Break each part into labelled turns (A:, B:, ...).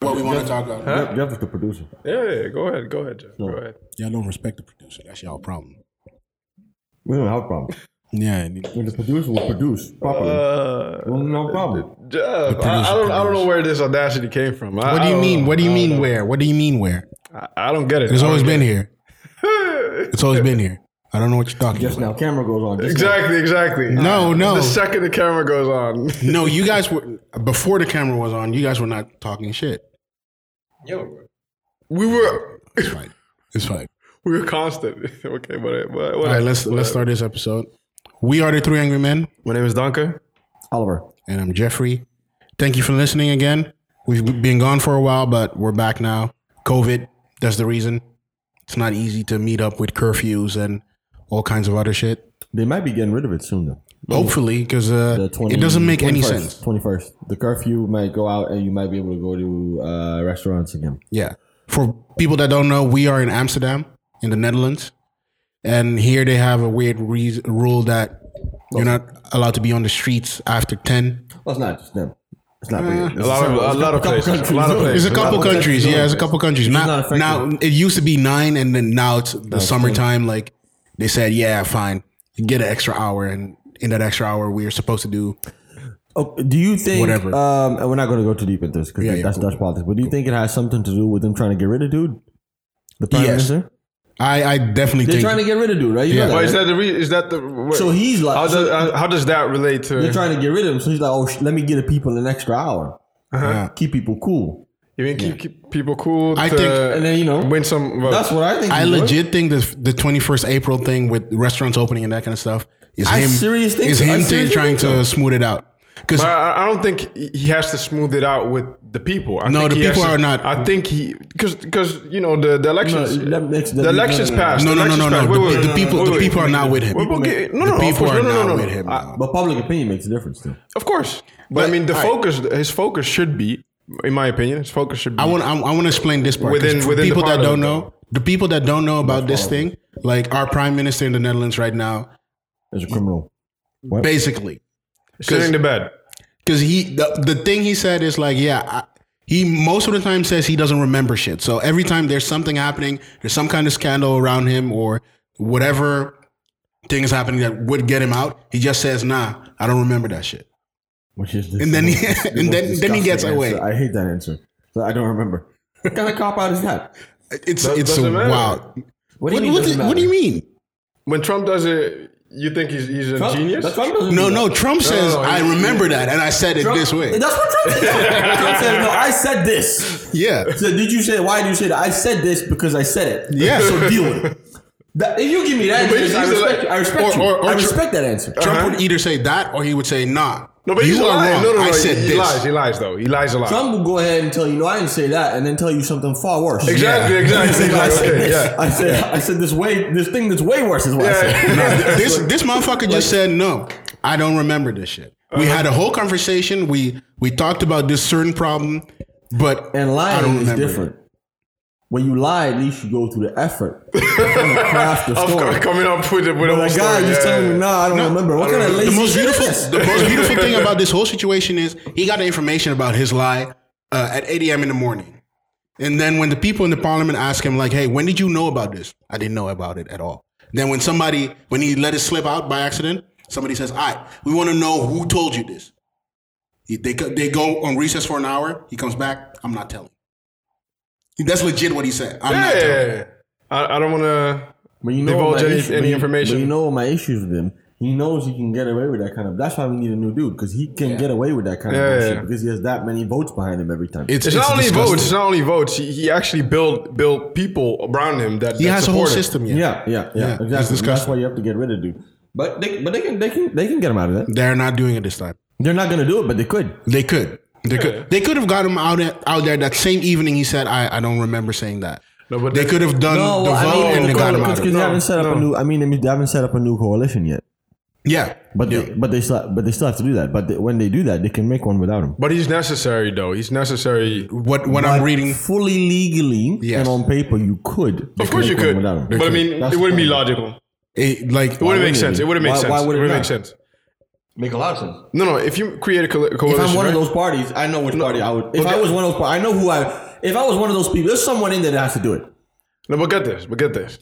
A: what we want to talk about.
B: Jeff, Jeff is the producer.
C: Yeah, yeah, go ahead, go ahead, Jeff. Go
B: Sure.
C: ahead.
A: Y'all don't respect the producer. That's y'all problem.
B: We don't have a problem.
A: Yeah, and it-
B: When the producer will produce properly,
C: Uh,
B: we don't have a problem.
C: Jeff, I, I don't, I don't know where this audacity came from. I,
A: what do
C: I
A: you
C: don't-
A: mean? What do you mean? Where? What do you mean? Where?
C: I, I don't get it.
A: It's
C: I don't
A: always
C: get
A: been here. It's always been here. I don't know what you're talking
B: Just
A: about.
B: now, camera goes on. Just now.
C: Exactly, exactly.
A: No, no.
C: The second the camera goes on,
A: No, you guys were before the camera was on. You guys were not talking shit.
C: we were
A: It's fine. It's fine.
C: we were constant. okay, but, but
A: All right, let's let's start this episode. We are the Three Angry Men,
C: My name is Donka.
B: Oliver,
A: and I'm Jeffrey. Thank you for listening again. We've been gone for a while, but we're back now. COVID, that's the reason. It's not easy to meet up with curfews and all kinds of other shit.
B: they might be getting rid of it soon though.
A: Hopefully, because uh,
B: The 20,
A: it doesn't make any
B: 21st,
A: sense.
B: 21st. The curfew might go out and you might be able to go to uh, restaurants again.
A: Yeah. For people that don't know, we are in Amsterdam, in the Netherlands. And here they have a weird re- rule that you're not allowed to be on the streets after 10.
B: Well, it's not just them. It's not really.
C: A lot of a lot of places. A lot of
A: There's
C: places.
A: a couple
B: Not-
A: countries. Yeah, there's a couple countries. Now,
B: not affected.
A: now, it used to be nine, and then now it's the summertime. Like they said, yeah, fine. You get an extra hour. And in that extra hour, we are supposed to do.
B: Oh, do you think?
A: Whatever.
B: Um, and we're not going to go too deep into this because
A: Yeah, yeah,
B: that's Dutch politics. But do you think it has something to do with them trying to get rid of dude, the prime
A: Yes.
B: minister?
A: I, I definitely
B: They're
A: think.
B: trying to get rid of dude, right? You
A: Yeah.
B: know
C: Well, is
B: that, right?
C: that the re- is that the what-
B: So he's like-
C: how does uh, how does that relate to
B: They're trying to get rid of him. So he's like, oh, sh- let me get the people an extra hour,
A: Yeah.
B: keep people cool,
C: you mean keep, keep people cool
A: I
C: to
A: think-
B: and then you know
C: win some votes.
B: that's what I think.
A: I
B: he's doing.
A: legit think the the 21st April thing with restaurants opening and that kind of stuff is
B: I
A: him.
B: serious think
A: is
B: so. I
A: him
B: seriously
A: trying
B: think
A: to smooth it out because
C: But I, I don't think he has to smooth it out with the people. I
A: No,
C: think
A: the
C: he has
A: people
C: to-
A: are not-
C: I think he because because you know the the elections
B: No, that makes-
C: the
B: that-
C: elections
B: no, no, no.
C: passed.
A: No,
C: the
A: no, no,
C: elections
A: no,
C: passed.
A: no.
C: Wait,
A: The-
C: wait,
A: the
C: wait,
A: people-
C: wait,
A: the
C: wait.
A: people are not with him.
C: We're both
A: The
C: getting- no, no,
A: people
C: of course,
A: are
C: no, no,
A: not
C: no, no.
A: with him
C: I-
A: now.
B: but public opinion makes a difference too.
C: of course, but, I mean the
A: all right.
C: focus. His focus should be, in my opinion, his focus should be.
A: I want I, I want to explain this part 'cause
C: Within-
A: for
C: within the
A: people that don't
C: parliament,
A: know the people that don't know about this thing like our prime minister in the Netherlands right now
B: As a criminal, What?
A: basically
C: sitting in bed.
A: because he the, the thing he said is like yeah I, he most of the time says he doesn't remember shit so every time there's something happening there's some kind of scandal around him or whatever thing is happening that would get him out he just says nah I don't remember that shit
B: which is the
A: And then he-
B: most- the
A: and
B: most
A: then- then he
B: disgusting
A: gets away.
B: answer. I hate that answer. So I don't remember. what kind of cop out is that?
A: it's
C: Does-
A: it's
C: doesn't matter.
A: wow
B: What
A: what,
B: do you
A: what
B: mean?
A: do-
B: doesn't
A: what do you
B: matter?
A: mean
C: When Trump does it, you think he's he's a
B: Trump-
C: genius?
B: That's Trump doesn't
A: No,
B: do
A: no.
B: that.
A: Trump says
C: no,
A: I
C: he-
A: remember that, and I said it this way.
B: That's what Trump said. Trump said, no, I said this.
A: Yeah,
B: So did you say why did you say that? I said this because I said it.
A: Yeah.
B: So deal with it. That, if you give me that
C: But
B: answer, I
C: he's
B: respect,
C: like-
B: you. I respect
A: or-
B: you.
A: or- or
B: I
A: Trump-
B: respect that answer.
A: Trump would either say that or he would say, "Nah,
C: Uh-huh. no, but he's
A: you are
C: lying.
A: wrong.
C: No, no, no.
A: I said
C: he,
A: this."
C: he lies. He lies though. He lies a lot.
B: Trump will go ahead and tell you, no, I didn't say that, and then tell you something far worse.
C: exactly.
A: Yeah.
C: Exactly.
B: He's like, I
C: Like,
B: said
C: okay,
B: this.
C: yeah.
B: I said I said this way this thing that's way worse is what I
C: Yeah.
B: said.
A: Nah, this this motherfucker just said no. I don't remember this shit. We had a whole conversation. We we talked about this certain problem, but
B: And
A: I don't
B: lying is
A: remember.
B: different. When you lie, at least you go through the effort. of trying to craft the
C: Of
B: story.
C: course, coming up with it with a
B: But
C: whole
B: a guy
C: story,
B: just
C: yeah,
B: telling me,
C: yeah.
B: nah, I don't remember. What kind of lazy
A: the most
B: shit is
A: beautiful
B: this?
A: the most beautiful thing about this whole situation is he got the information about his lie uh, at 8 a.m. in the morning. And then when the people in the parliament ask him, like, hey, when did you know about this? I didn't know about it at all. Then when somebody, when he let it slip out by accident, somebody says, all right, we want to know who told you this. He- They, go- they go on recess for an hour. He comes back. I'm not telling. That's legit what he said. I'm not telling.
C: Yeah. I, I don't want to.
B: But you know
C: Divulge
B: my
C: any-
B: issue-
C: any
B: but you-
C: information.
B: But you know my issues with him. He knows he can get away with that kind of. That's why we need a new dude because he can get away with that kind
C: Yeah,
B: of
C: yeah,
B: bullshit
C: yeah.
B: because he has that many votes behind him every time.
C: It's, not only
A: disgusting.
C: votes. It's not only votes. He, he actually built built people around him that
A: He
C: that
A: has a
C: support
A: whole
C: him.
A: system. Yeah.
B: yeah, yeah, yeah,
A: Yeah, it's
B: exactly. And That's
A: disgusting.
B: why you have to get rid of dude. But they, but they can, they can, they can get him out of that.
A: They're not doing it this time.
B: They're not gonna do it, but they could.
A: They could. They could. They could have got him out at, out there that same evening. He said, "I, I don't remember saying that."
C: No, but
A: They
C: that-
A: could
B: Um,
A: have done the
B: I
A: vote
B: mean,
A: and they got him out.
B: because
A: Of it.
B: they
C: No,
B: haven't set up a
C: no.
B: new. I mean, they haven't set up a new coalition yet.
A: Yeah,
B: But
A: yeah.
B: they, but they still, but they still have to do that. But they, when they do that, they can make one without him.
C: But he's necessary though. He's necessary.
A: what what
B: But
A: I'm reading,
B: fully legally
A: Yes.
B: and on paper, you could.
C: Of course you
B: make one
C: could.
B: without him.
C: But I mean,
B: That's
C: it wouldn't be
B: fine.
C: logical.
A: it, like
C: It wouldn't make
B: wouldn't
C: sense.
B: it?
C: It wouldn't make
B: Why-
C: sense.
B: why would it
C: wouldn't make
B: not?
C: sense.
D: Make a lot of sense.
C: No, no. If you create a coal-
B: If
C: coalition,
B: I'm one of
C: right?
B: those parties, I know which party I would. If
C: but
B: I
C: the-
B: was one of those, par- I know who I. If I was one of those people, there's someone in there that has to do it.
C: no, but get this, but get this.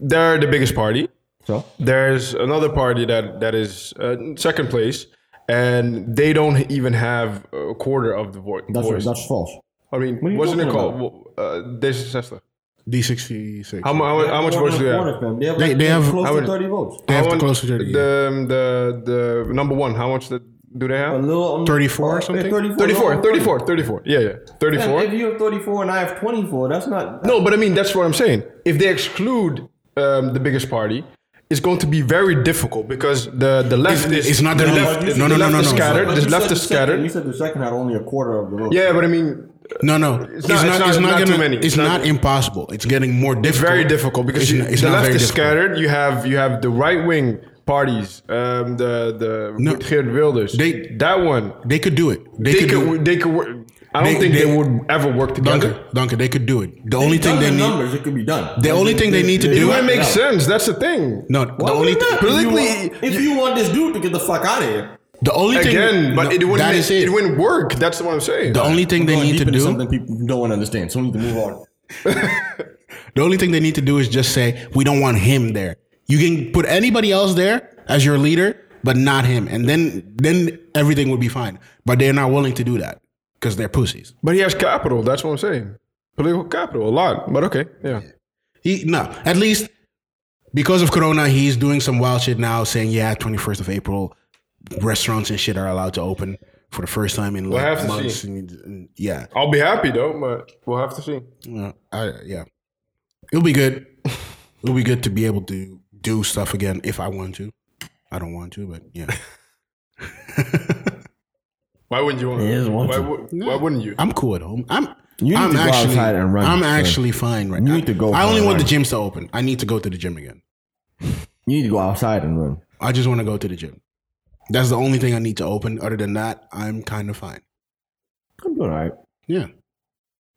C: They're the biggest party.
B: So
C: There's another party that that is uh, second place, and they don't even have a quarter of the vo-
B: that's
C: voice.
B: that's false.
C: I mean,
B: are you
C: wasn't it
B: talking
C: called? Uh, this is Tesla.
A: D66.
C: How, mu- how, mu- how much votes do they have?
B: They have,
A: They-
B: like,
A: they have-
B: close
C: I
B: to
C: would-
B: thirty votes.
A: they have
C: How
A: to
C: much-
A: close to 30. yeah.
C: The, the the number one. How much that do they
B: A
C: have?
B: little um,
A: 34 or
B: uh,
A: something?
B: 34,
C: 34,
B: no,
C: 34, 34. Yeah, yeah,
B: Man,
C: 34.
B: If you have 34 and I have 24, that's not.
C: No, but I mean that's what I'm saying. If they exclude um, the biggest party, it's going to be very difficult because the the left
A: It's-
C: is
A: it's not
C: the
A: the-
C: left.
A: no,
C: the
A: no, no,
C: left
A: no,
C: is
A: no.
C: scattered.
A: But
B: But
C: The
B: you said
C: left
B: the
C: is
B: second- You
C: scattered.
B: said the second had only a quarter of the vote.
C: Yeah, but I mean
A: No, no, it's, not, it's, not,
C: not
A: gonna,
C: too many.
A: It's,
C: It's
A: not,
C: not-
A: impossible. It's getting more difficult.
C: very difficult because
A: it's,
C: you,
A: not- it's
C: the
A: not
C: left
A: very
C: is
A: difficult.
C: scattered. You have you have the right wing parties. Um, the the
A: No.
C: with Geert Wilders.
A: They-
C: that one.
A: They could do it. They,
C: They,
A: could,
C: could,
A: do it.
C: they could. wor- I don't
A: They-
C: think they,
A: they-
C: would ever work together.
A: Duncan, Duncan, they could do it. The only
B: They've
A: thing
B: done
A: they
B: the
A: need.
B: numbers, it could be done.
A: The only thing they need to
C: It
A: do-
C: wouldn't make
B: No.
C: sense. That's the thing.
A: No, the only
B: Why
A: thing.
B: not? If you
C: Politically,
B: want- if you want this dude to get the fuck out of here,
A: The only
C: Again,
A: thing.
C: but
A: no,
C: it wouldn't.
A: that
C: make-
A: is it.
C: it wouldn't work. That's what I'm saying.
A: the only thing they
B: going
A: need to
B: deep into
A: do.
B: something people don't want to understand. So we need to move on.
A: The only thing they need to do is just say, we don't want him there. You can put anybody else there as your leader, but not him. And then then everything would be fine. But they're not willing to do that because they're pussies.
C: But he has capital. That's what I'm saying. Political capital, a lot. But okay, yeah.
A: He no, at least because of Corona, he's doing some wild shit now, saying, yeah, 21st of April, restaurants and shit are allowed to open for the first time in like
C: have to
A: months.
C: see.
A: And, and- yeah,
C: I'll be happy though, but we'll have to see.
A: Yeah, I, yeah, it'll be good. It'll be good to be able to do stuff again if I want to. I don't want to, but yeah.
C: Why wouldn't you want?
B: He doesn't want
C: why,
B: to.
C: would, why wouldn't you?
A: I'm cool at home. I'm.
B: You need
A: I'm
B: to go
A: actually,
B: outside and run,
A: I'm
B: sir.
A: actually fine right
B: You
A: now.
B: need to go
A: I
B: for
A: only
B: a
A: want the
B: run.
A: gyms to open. I need to go to the gym again.
B: You need to go outside and run.
A: I just want to go to the gym. That's the only thing I need to open. Other than that, I'm kind of fine.
B: I'm doing all right.
A: Yeah.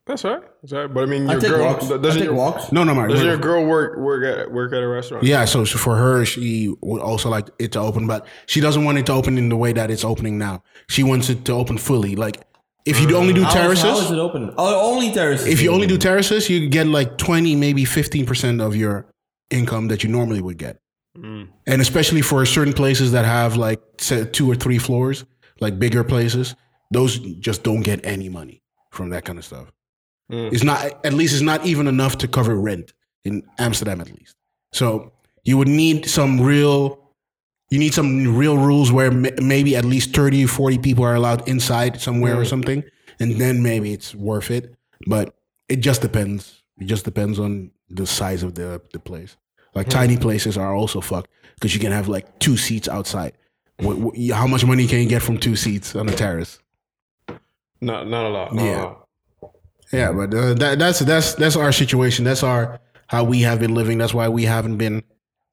C: That's all right. That's all right. But I mean,
B: I
C: your
B: take
C: girl
B: walks.
C: do-
B: I
C: doesn't
B: take
C: your,
B: walks.
A: No, no, my
C: doesn't your girl work work at work at a restaurant?
A: yeah. So she- for her, she would also like it to open, but she doesn't want it to open in the way that it's opening now. She wants it to open fully. Like if you only do
B: How is- How is
A: terraces,
B: it open? Oh, only terraces.
A: if you only do terraces, you get like twenty, maybe fifteen percent of your income that you normally would get.
B: Mm.
A: And especially for certain places that have like say, two or three floors, like bigger places, those just don't get any money from that kind of stuff.
C: Mm.
A: It's not, at least, it's not even enough to cover rent in Amsterdam, at least. So you would need some real, you need some real rules where ma- maybe at least 30, 40 people are allowed inside somewhere or something. And then maybe it's worth it. But it just depends. It just depends on the size of the, the place. Like tiny places are also fucked because you can have like two seats outside. What, what, how much money can you get from two seats on a terrace?
C: Not not a lot. not a
A: Yeah.
C: lot.
A: Yeah, but uh, that, that's that's that's our situation. That's our how we have been living. That's why we haven't been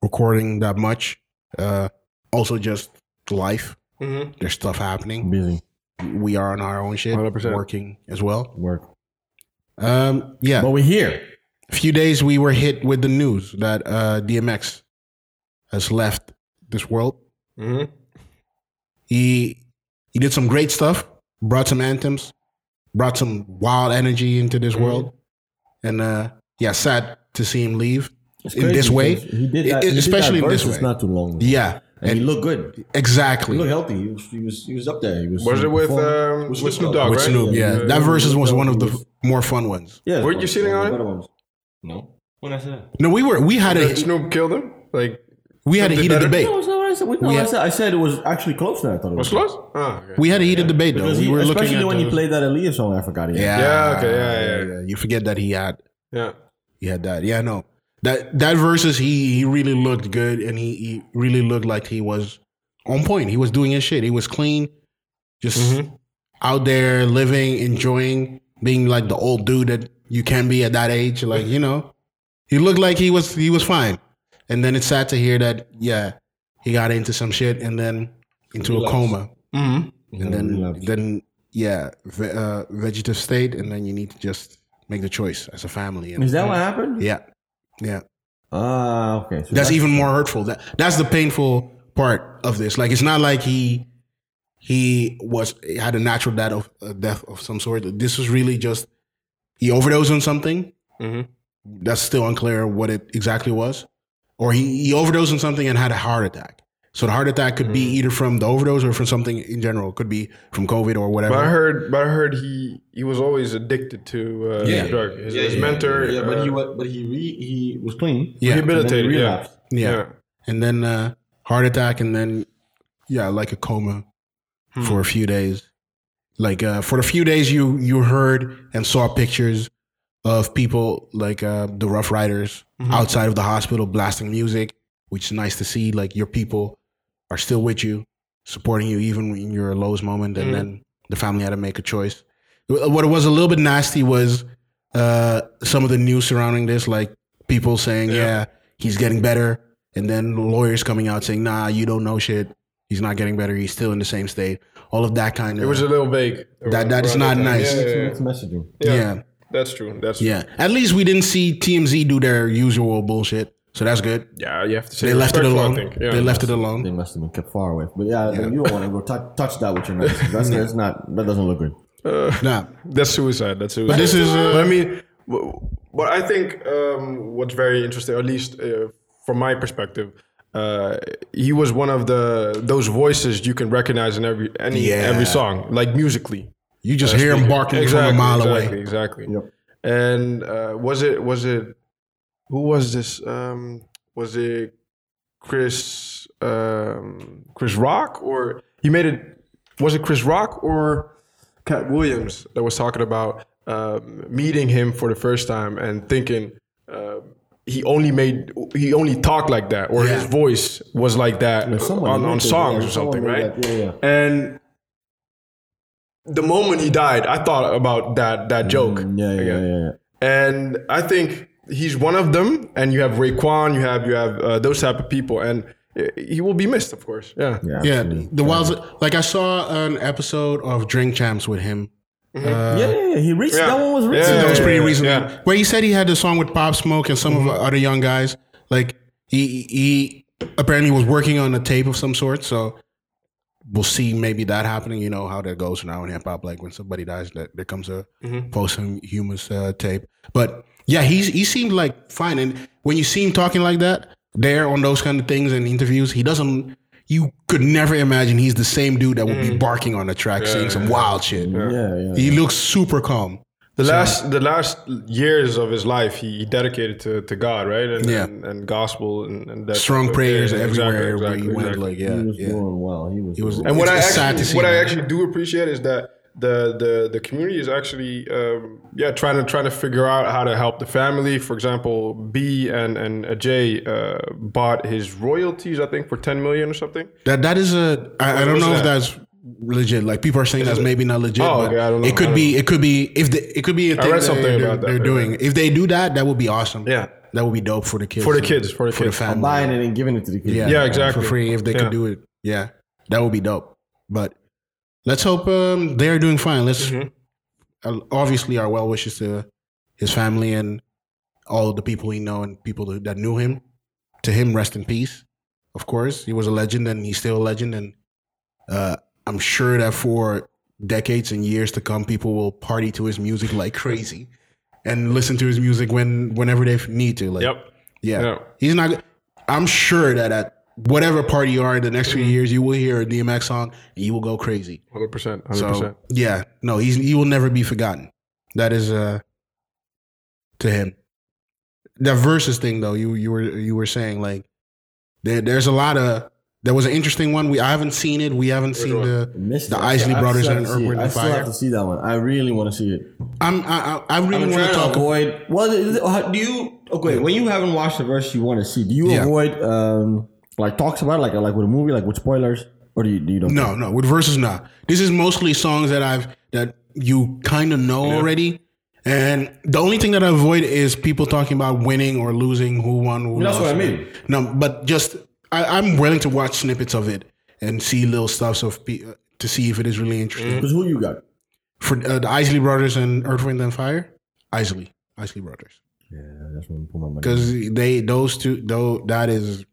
A: recording that much. Uh, also, just life.
C: Mhm.
A: There's stuff happening.
B: busy
A: We are on our own shit,
C: 100%.
A: working as well.
B: work,
A: Um, yeah,
B: but we're here.
A: a few days we were hit with the news that uh, DMX has left this world.
C: Mhm.
A: He he did some great stuff, brought some anthems, brought some wild energy into this world, and uh, yeah, sad to see him leave
B: It's
A: in this
B: crazy
A: way.
B: because He did that,
A: E-
B: he did
A: especially
B: that
A: in this
B: versus
A: way.
B: Not too long. ago.
A: Yeah,
B: and he
A: and
B: looked good.
A: exactly.
B: He looked healthy. He was, he was, he was up there. He was,
C: Was
B: he
C: it with
B: performed. With
C: um, with Snoop
B: Snoop
C: Dogg?
B: Dogg.
A: With
C: right?
A: Snoop, yeah,
B: Oh, Yeah.
A: that versus was one of the
B: Yeah.
A: f- more fun ones.
B: Yeah,
C: Weren't you sitting on it?
B: it? No. When I said
A: No, we were we had
C: That
A: a
C: Snoop killed him. Like
A: we had a
C: Did
A: heated
C: better.
A: debate.
B: No, it's not what I said. Wait, no,
A: We
B: what I
A: had-
B: said I said it was actually closer than I thought it was.
C: was close? Ah, okay.
A: We had a heated debate though.
B: Because
A: We
B: he-
A: were looking
B: especially
A: at
B: when he
A: those-
B: played that Aaliyah song. I forgot. again.
A: Yeah,
C: Yeah, okay, yeah, yeah, yeah.
A: You forget that he had
C: yeah.
A: he had that. Yeah, no, that that versus he he really looked good and he, he really looked like he was on point. He was doing his shit. He was clean, just
C: Mhm.
A: out there living, enjoying being like the old dude that you can be at that age. Like you know, he looked like he was he was fine. And then it's sad to hear that yeah, he got into some shit and then into a coma
C: Mm-hmm.
A: and then then yeah, ve- uh, vegetative state, and then you need to just make the choice as a family. And,
B: Is that what happened?
A: yeah, yeah.
B: Ah, okay. So
A: That's even more hurtful. That that's the painful part of this. Like it's not like he he was had a natural death of a death of some sort. This was really just he overdosed on something.
C: Mhm.
A: That's still unclear what it exactly was, or he, he overdosed on something and had a heart attack. So the heart attack could
C: Mm.
A: be either from the overdose or from something in general. It could be from COVID or whatever.
C: But I heard, but I heard he he was always addicted to uh,
B: Yeah.
C: drug. His,
B: Yeah,
C: his
B: yeah,
C: mentor,
B: Yeah, but he
C: uh,
B: was, but he re, he was clean.
A: yeah,
B: and then
C: rehabilitated. Yeah.
B: relapsed.
A: yeah,
C: yeah.
A: and then uh, heart attack, and then yeah, like a coma
C: Hmm.
A: for a few days. Like uh, for the few days you you heard and saw pictures of people like uh, the Rough Riders
C: Mhm.
A: outside of the hospital blasting music, which is nice to see. Like your people are still with you, supporting you even in your lowest moment, and
C: Mhm.
A: then the family had to make a choice. What was a little bit nasty was uh, some of the news surrounding this, like people saying,
C: Yeah.
A: yeah. he's getting better," and then lawyers coming out saying, "Nah, you don't know shit. He's not getting better. He's still in the same state." All of that kind of
C: It was a little vague.
A: That- that is not
C: Yeah,
A: nice.
C: Yeah,
B: Mixed,
C: yeah,
B: mixed messaging.
C: yeah.
A: yeah.
C: That's true. That's
A: Yeah. At least we didn't see TMZ do their usual bullshit. So that's good.
C: yeah. You have to say
A: They left it
C: respectful, I
A: alone.
C: think. Yeah.
A: They left it
B: They
A: alone.
B: must have been kept far away. But yeah, you don't want to go touch, touch that with your nose. That's, that's not. That doesn't look good.
A: Nah.
C: That's suicide. That's suicide. But
A: this is, uh,
C: I mean, w- but I think um, what's very interesting, at least uh, from my perspective, uh, he was one of the those voices you can recognize in every any
A: Yeah.
C: every song, like musically.
A: You just hear him barking
C: exactly,
A: from a mile
C: exactly,
A: away.
C: Exactly.
B: Yep.
C: And uh, was it was it who was this? Um, was it Chris um, Chris Rock or he made it? Was it Chris Rock or Cat Williams that was talking about um, meeting him for the first time and thinking uh, he only made he only talked like that or his
A: Yeah.
C: voice was like that
B: someone
C: on,
B: made
C: on
B: it,
C: songs
B: yeah,
C: or something,
B: someone made
C: right?
B: that, yeah, yeah.
C: And the moment he died, I thought about that that
A: Mm,
C: joke.
B: Mm, Yeah, yeah, yeah, yeah. yeah.
C: And I think he's one of them. And you have Raekwon, you have you have uh, those type of people, and uh, he will be missed, of course. Yeah.
B: Yeah,
A: Yeah.
B: absolutely.
A: The wilds like I saw an episode of Drink Champs with him.
C: Mm-hmm.
A: Uh,
B: yeah, yeah, yeah. He reached.
C: Yeah.
B: That one was
C: Yeah,
B: reached.
C: yeah,
A: That was
C: yeah.
A: pretty recently.
C: Yeah. Mm-hmm.
A: Where he said he had a song with Pop Smoke and some of the other young guys. Like he he apparently was working on a tape of some sort, so we'll see maybe that happening. You know how that goes now in hip hop. Like when somebody dies, that there comes a
C: Mm-hmm.
A: posthumous uh, tape. But yeah, he's he seemed like fine. And when you see him talking like that there on those kind of things and interviews, he doesn't. You could never imagine he's the same dude that would
C: Mm.
A: be barking on the track, saying some wild shit.
B: Yeah, yeah.
A: He looks super calm.
C: The last the last years of his life, he, he dedicated to, to God, right? And,
A: Yeah.
C: and, and gospel and, and that
A: strong
C: yeah,
A: prayers
C: yeah, exactly,
A: everywhere
C: exactly,
A: where you went.
C: exactly.
A: Like,
B: He was
A: yeah, yeah.
B: doing well. He was.
A: was-
B: doing
C: And what
A: It's- it's
C: I actually,
A: sad to see
C: what I
A: that.
C: actually do appreciate is that the the the community is actually um, yeah trying to trying to figure out how to help the family. For example, B and and Ajay uh, bought his royalties, I think, for ten million or something.
A: That that is a. I, I don't
C: was
A: know if
C: that?
A: that's legit. Like people are saying that's maybe not legit.
C: Oh,
A: but
C: okay, I don't know,
A: It could
C: I don't
A: be. It could be. If they, it could be a thing
C: read
A: that
C: something
A: they're, they're-
C: about that,
A: they're
C: yeah.
A: doing. If they do that, that would be awesome.
C: Yeah.
A: that would be dope for the kids.
C: For the
A: and
C: kids, for the
A: for the
C: kids.
A: family.
B: buying it and giving it to the kids.
A: yeah,
C: Yeah, exactly.
A: For free, if they
C: Yeah.
A: could do it. Yeah, that would be dope. But let's hope um, they are doing fine. Let's
C: Mhm.
A: uh, obviously our well wishes to his family and all the people he know and people that knew him. To him, rest in peace. Of course, he was a legend, and he's still a legend. And uh, I'm sure that for decades and years to come, people will party to his music like crazy, and listen to his music when whenever they need to. Like,
C: Yep.
A: yeah.
C: Yeah.
A: He's not. I'm sure that at whatever party you are in the next few years, you will hear a DMX song and you will go crazy.
C: Hundred percent.
A: So
C: Hundred percent.
A: yeah, no, he's he will never be forgotten. That is uh to him. That versus thing though, you you were you were saying like there, there's a lot of there was an interesting one. We I haven't seen it. We haven't seen
C: one?
A: the.
B: Missed
A: The
B: it.
A: Isley
B: I
A: Brothers
B: still
A: and
B: have to
A: Earth,
B: see it.
A: Wind,
B: I
A: and
B: still
A: Fire.
B: have to see that one. I really want to see it.
A: I'm I I, I really want to talk.
B: avoid. Well, is it- how- do you okay when you haven't watched the verse you want to see? Do you
A: Yeah.
B: avoid um like talks about it, like like with a movie like with spoilers or do you, do you don't?
A: No, no, with verses not. This is mostly songs that I've that you kind of know already. And the only thing that I avoid is people talking about winning or losing, who won, who
B: That's
A: lost.
B: what I mean.
A: No, but just I, I'm willing to watch snippets of it and see little stuffs of pe- uh, to see if it is really interesting.
C: Mm.
B: Because who you got?
A: For uh, the Isley Brothers and Earth, Wind and Fire, Isley, Isley Brothers
B: Yeah, that's when I put my money.
A: because they those two though that is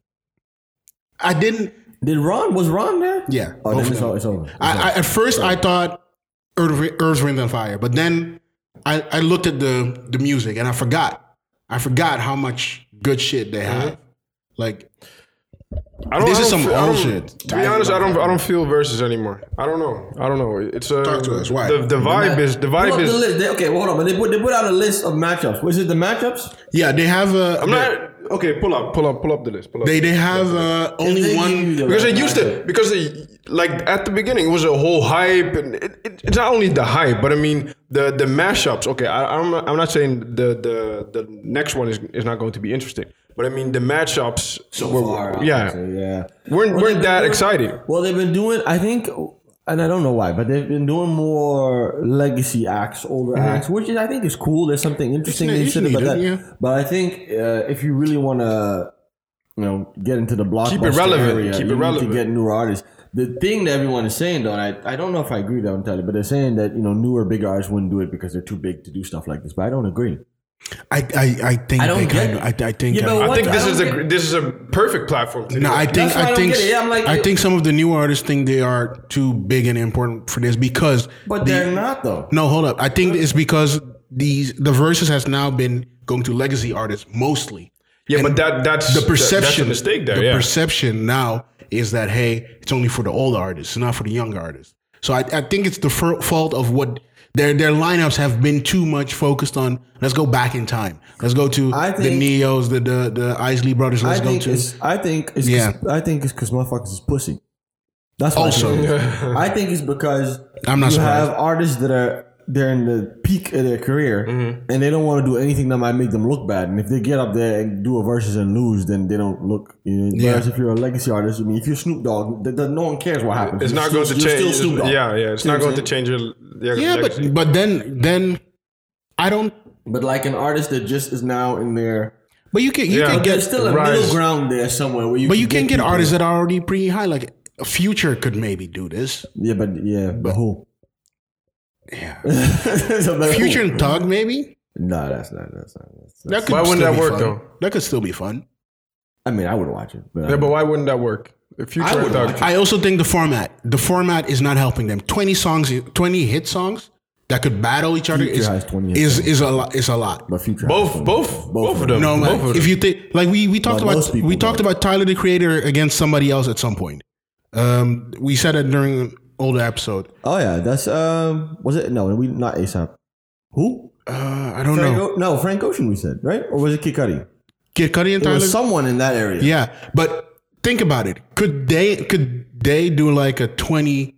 A: i didn't
B: Did Ron was Ron there?
A: Yeah, both
B: Oh, then
A: of
B: it's,
A: them.
B: all, it's over. It's over.
A: I, I, at first, I thought Earth, Earth's Wind and Fire, but then I, I looked at the the music and I forgot. I forgot how much good shit they
C: Mm-hmm.
A: have. Like
C: I don't,
A: This
C: I
A: is
C: don't
A: some
C: feel- I
A: old
C: don't-
A: shit.
C: To be honest, I don't. I don't feel verses anymore. I don't know. I don't know. It's uh,
A: Talk to us. Why?
C: The, the vibe is the
B: Pull
C: vibe
B: up the
C: is.
B: list. They- okay, well, hold on. But they put they put out a list of matchups. Was it the matchups?
A: yeah, they have a.
C: I'm not okay. Pull up. Pull up. Pull up the list. Pull up.
A: they they have uh, only
B: They
A: one.
B: give you the
C: because they
B: right
C: used to because they like at the beginning it was a whole hype and it, it, it's not only the hype but I mean the the mashups. Okay, I, I'm not, I'm not saying the the the next one is is not going to be interesting, but I mean the matchups. So
B: matchup.
C: yeah,
B: So, yeah.
C: weren't weren't that exciting.
B: Well, they've been doing. I think, and I don't know why, but they've been doing more legacy acts, older acts, which is, I think is cool. There's something interesting
A: ne-
B: they
A: it's
B: said about that.
A: needed, yeah.
B: But I think uh, if you really want to, you know, get into the blockbuster
C: relevant,
B: area,
C: keep it
B: you need
C: relevant.
B: to get newer artists. The thing that everyone is saying, though, and I, I don't know if I agree with them entirely, but they're saying that you know newer, bigger artists wouldn't do it because they're too big to do stuff like this. But I don't agree.
A: I, I I think
B: I don't
A: they
B: get
A: kind of. I,
B: it.
A: I think.
B: Yeah, but
A: I,
C: I
B: What
C: think
B: the-
C: this
B: I
C: is
B: don't
C: a this is a perfect platform. To
A: no,
C: do
A: I
C: it.
A: think
B: why I
A: I
B: don't
A: think
B: get it. Yeah, I'm like-
A: I think some of the new artists think they are too big and important for this because
B: But they're not, though.
A: No, hold up. I think it's because these the verses has now been going to legacy artists mostly.
C: yeah,
A: and
C: but that that's
A: The perception,
C: that's a mistake there.
A: The
C: yeah.
A: perception now is that hey, it's only for the old artists, not for the young artists. So I, I think it's the f- fault of what their their lineups have been too much focused on. Let's go back in time. Let's go to
B: I think-
A: the Neos, the the the Isley Brothers. Let's
B: I
A: go
B: think
A: to
B: it's. I think it's.
A: Yeah.
B: I think it's because motherfuckers is pussy. That's what I
A: Also.
B: think it is. I think it's because
A: I'm not
B: you
A: surprised.
B: have artists that are they're in the peak of their career
C: Mm-hmm.
B: and they don't want to do anything that might make them look bad. And if they get up there and do a versus and lose, then they don't look. You know?
A: Yeah.
B: Whereas if you're a legacy artist, I mean, if you're Snoop Dogg, th- th- no one cares what happens.
C: It's
B: You're
C: not
B: still-
C: going
B: you're
C: to change.
B: Still Snoop Dogg.
C: yeah, yeah. It's
B: See
C: not
B: what I'm
C: going to change your. your
A: yeah,
C: legacy.
A: but but then then I don't.
B: But like an artist that just is now in there,
A: But you can you
C: Yeah.
A: can
B: but
A: get
B: there's still a
C: Rise.
B: middle ground there somewhere where you.
A: But you can get
B: people-
A: artists that are already pretty high. Like a future could maybe do this.
B: Yeah, but yeah, but who?
A: Yeah.
B: So, but who?
A: Future and Tug maybe.
B: No, that's not. That's not. That's,
A: That could
C: Why wouldn't
A: still
C: that
A: be
C: work,
A: fun.
C: though?
A: That could still be fun.
B: I mean, I would watch it. But,
C: yeah, but why wouldn't that work? The future
B: I would
C: thug.
B: like
A: I also think the format. The format is not helping them. Twenty songs, twenty hit songs that could battle each other
B: Future
A: is
B: has 20 hit
A: is, is a lot. Is a lot.
B: but future
C: Both-
B: has-
C: both- both of them.
A: No,
C: Both
A: man.
C: of them.
A: If you think like we we talked
B: But
A: about
B: most people
A: we talked
B: don't.
A: about Tyler the Creator against somebody else at some point. Um, we said it during an older episode.
B: Oh yeah, that's um. Was it no? We not ASAP. Who?
A: Uh, I don't
C: Oh,
B: Frank
A: know.
B: O- no, Frank Ocean. We said right, or was it Kid Cudi?
A: Kid Cudi and
B: There
A: Tyler.
B: was someone in that area.
A: Yeah, but think about it. Could they could they do like a twenty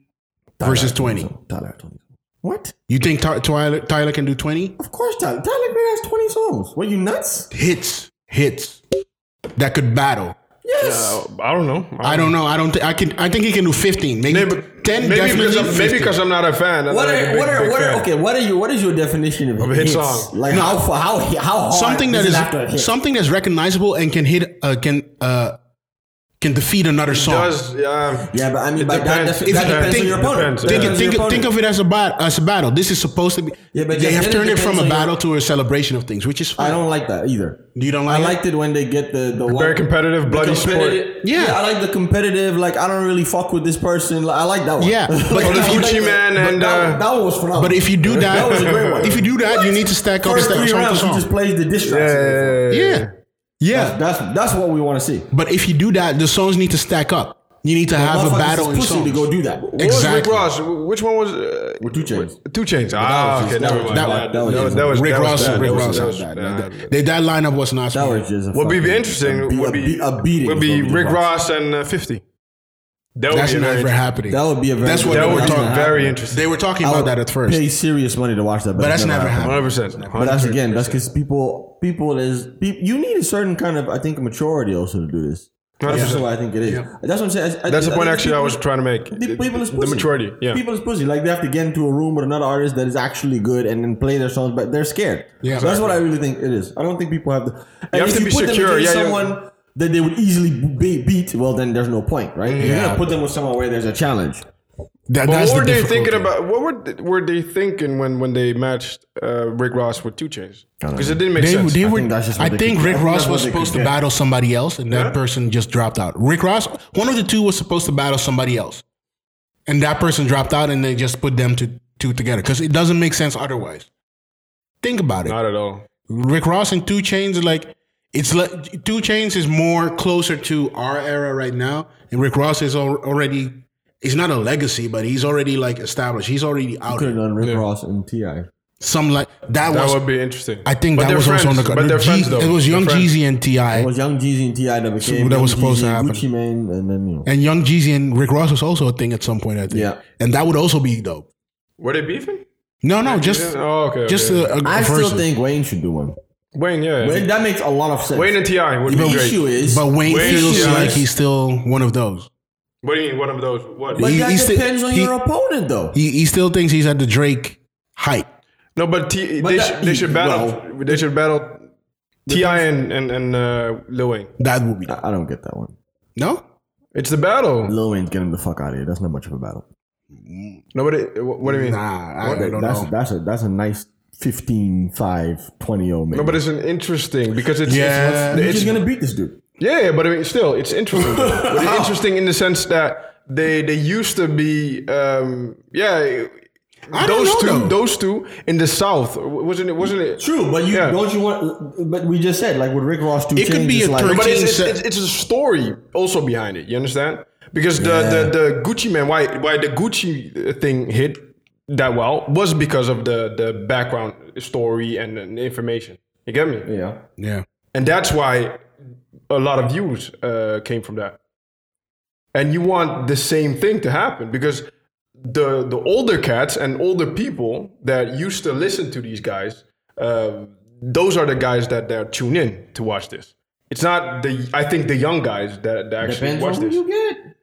A: versus twenty?
B: Tyler had twenty. What?
A: You think Ty- Tyler Tyler can do twenty
B: Of course, Tyler. Tyler Gray has twenty songs. What? You nuts?
A: hits hits that could battle?
B: Yes.
C: uh, I don't know.
A: I don't know. I don't. think I can. I think he can do fifteen. Maybe
C: Maybe,
A: ten.
C: maybe
A: definitely.
C: because I'm, maybe
A: 15.
C: because I'm not a fan. I'm
B: What
C: not like
B: are
C: a big-
B: what are
C: big
B: what are
C: fan.
B: okay? What are you? What is your definition of
C: Of a hit
B: hits?
C: song.
B: Like how how how hard
A: something that
B: is
A: is
B: it after a hit?
A: something that's recognizable and can hit uh, can uh, can defeat another song.
C: Does yeah.
B: Yeah, but I mean,
C: It
B: by that,
C: depends.
B: defi-
C: It
B: that depends
A: depends.
B: on your opponent.
C: Depends, yeah.
A: Think,
B: That depends on
A: think,
B: your opponent.
A: think of it as a, bat, as a battle. This is supposed to be.
B: Yeah, but
A: they
B: then
A: have
B: it
A: turned it from
B: depends
A: a
B: on your-
A: battle to a celebration of things, which is
B: I
A: fine.
B: don't like that either.
A: You don't like.
B: I
A: it?
B: liked it when they get the the
C: Very
B: one-
C: competitive, bloody sport.
B: competitive-
A: Yeah.
B: Yeah. I like the competitive. Like I don't really fuck with this person. Like, I like that one.
A: Yeah, but
B: Like,
A: if
B: that
A: you-
B: was
C: Gucci
B: like-
C: Man
B: but
C: and,
B: that,
C: uh,
B: that one was phenomenal.
A: But if you do that,
B: That was a great one.
A: if you do that, you need to stack up
B: first
A: stack
B: three
A: song to
B: rounds, you
A: song.
B: just plays the diss
C: Yeah,
B: tracks.
C: yeah, yeah, yeah.
A: yeah, yeah.
B: That's that's what we want to see.
A: But if you do that, the songs need to stack up. You need to have a
B: Motherfuckers
A: battle
B: is
A: in
B: pussy
A: songs.
B: to go do that.
C: What was Rick
A: Exactly.
C: Ross? Which one was? Uh,
B: With two chains.
C: two chains. Ah, okay. Never mind.
A: that was-
C: Yeah,
A: that was-
C: that was
A: Rick
C: that was
A: Ross,
C: bad.
A: Rick
C: That was-
A: Ross,
C: that was
A: that,
C: bad.
A: that, that, that lineup was not.
B: That
A: smart.
B: was just a
C: What'd be
B: fucking-
C: interesting
B: a be-
C: would
B: a
C: be
B: be- a beating
C: would
B: is
C: be
B: gonna be
C: Rick
B: the
C: Ross and uh, Fifty. That would
A: That's
C: be an
A: never
C: inter-
A: happening.
B: That would be a very.
A: That's what
C: That
A: That
C: would
A: was
C: be
A: not
C: very
A: happening.
C: interesting.
A: they were talking
B: I
A: about
B: would
A: that at first,
B: Pay serious money to watch that,
A: but that's never
B: happened.
A: happening.
C: One hundred percent.
B: But that's again, that's because people people is peop you need a certain kind of I think maturity also to do this. That's what I think it is. That's what I'm saying. I-
C: That's the
B: I
C: point
B: think
C: actually I
B: people-
C: was trying to make.
B: the people is
C: The
B: pussy.
C: maturity. Yeah.
B: people is pussy. Like they have to get into a room with another artist that is actually good and then play their songs, but they're scared.
A: Yeah.
B: So that's what I really think it is. I don't think people have the. And
C: have
B: if
C: to
B: you
C: be
B: put them
C: secure.
B: against
C: Yeah, you-
B: someone that they would easily be- beat, well, then there's no point, right? You're
A: Yeah.
B: gonna put them with someone where there's a challenge.
A: That,
C: But
A: that's
C: what
A: the
C: were they
A: difficult
C: thinking
A: thing.
C: about? What were they, were they thinking when, when they matched uh, Rick Ross with Two Chains? Because it didn't make
A: They,
C: sense.
A: they were.
B: think that's just what
A: I
B: they
A: think
B: could- I
A: Rick
B: think
A: Ross
B: that's what
A: was
B: they
A: supposed
B: could
A: to
B: get.
A: battle somebody else, and that
C: Yeah.
A: person just dropped out. Rick Ross, one of the two, was supposed to battle somebody else, and that person dropped out, and they just put them to two together because it doesn't make sense otherwise. Think about it.
C: Not at all.
A: Rick Ross and Two Chains are like it's like Two Chains is more closer to our era right now, and Rick Ross is al- already. He's not a legacy, but he's already like established. He's already out.
B: Could have
A: there.
B: done Rick
C: Yeah.
B: Ross and Ti.
A: Some like that,
C: That
A: was.
C: would be interesting.
A: I think
C: But
A: that
C: they're
A: was also on the.
C: friends. But they're
A: G-
C: friends though.
A: It was
C: They're
A: Young
C: friends.
A: Jeezy and Ti.
B: It was Young Jeezy and Ti that became
A: that
B: Young
A: was supposed
B: Jeezy
A: to
B: and
A: happen.
B: Gucci Mane, and then you know.
A: And Young Jeezy and Rick Ross was also a thing at some point, I think.
B: Yeah.
A: And that would also be dope.
C: Were they beefing?
A: No, no, just
C: oh, okay.
A: just uh,
C: okay.
A: a, a
B: I
A: versus.
B: still think Wayne should do one.
C: Wayne, yeah.
B: Wayne,
C: Wayne,
B: that makes a lot of sense.
C: and Ti would
B: the
C: be great.
B: issue is,
A: but Wayne,
C: Wayne
A: feels
C: is-
A: like he's still one of those.
C: What do you mean? One of those? What?
B: but
A: he-
B: that
A: he still-
B: depends on
A: he-
B: your opponent, though.
A: He he still thinks he's at the Drake height.
C: No, but, T,
B: But
C: they,
B: that-
C: should, they should battle. they should battle Ti and and and uh, Lil Wayne.
A: That would be
B: I I don't get that one.
A: no.
C: It's the battle.
B: Lil Wayne's getting the fuck out of here. That's not much of a battle.
C: No, but it, what, what do you mean?
A: Nah, I, I don't
B: that's
A: know.
B: that's a that's a nice 15, 5, 20 0 man.
C: No, but it's an interesting because it's
A: Yeah.
C: it's,
B: He's
C: it's,
B: just gonna beat this dude.
C: yeah, yeah, but I mean, still, it's interesting. though. But it's interesting in the sense that they they used to be um, yeah.
A: I don't
C: Those
A: know,
C: two,
A: though.
C: those two in the South, wasn't it? Wasn't it?
B: True, but you
C: Yeah.
B: don't you want? But we just said like with Rick Ross, two
A: It could
B: chains,
A: be
B: it's
A: a
B: like,
A: turn-
C: But it's, it's,
A: Routine
C: it's,
A: set.
C: it's a story also behind it. You understand? Because the, the, the Gucci man, why why the Gucci thing hit that well was because of the the background story and, and information. You get me?
B: yeah.
A: Yeah.
C: And that's why a lot of views uh, came from that. And you want the same thing to happen because the the older cats and older people that used to listen to these guys, um, those are the guys that that tune in to watch this. It's not the I think the young guys that, that actually
B: Depends
C: watch
B: on who
C: this.
B: you get.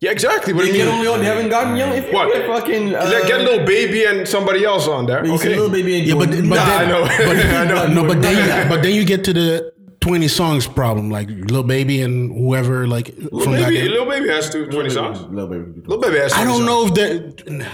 C: Yeah, exactly. What do
B: They
C: you
B: don't
C: mean?
B: know- they haven't gotten young. If you
C: What?
B: get fucking uh,
C: Let- Get little baby and somebody else on there.
B: you see
C: Okay.
B: Lil baby and
A: Yeah, but, but
B: Jordan.
A: then,
C: I know.
A: but,
C: I know.
A: No, but then but then you get to the twenty songs problem, like Lil Baby and whoever, like from that.
C: Baby,
A: era.
C: little baby has two, 20 songs.
B: Lil baby. can do
C: Little baby has.
A: I
C: 20
A: don't
C: songs.
A: know if that.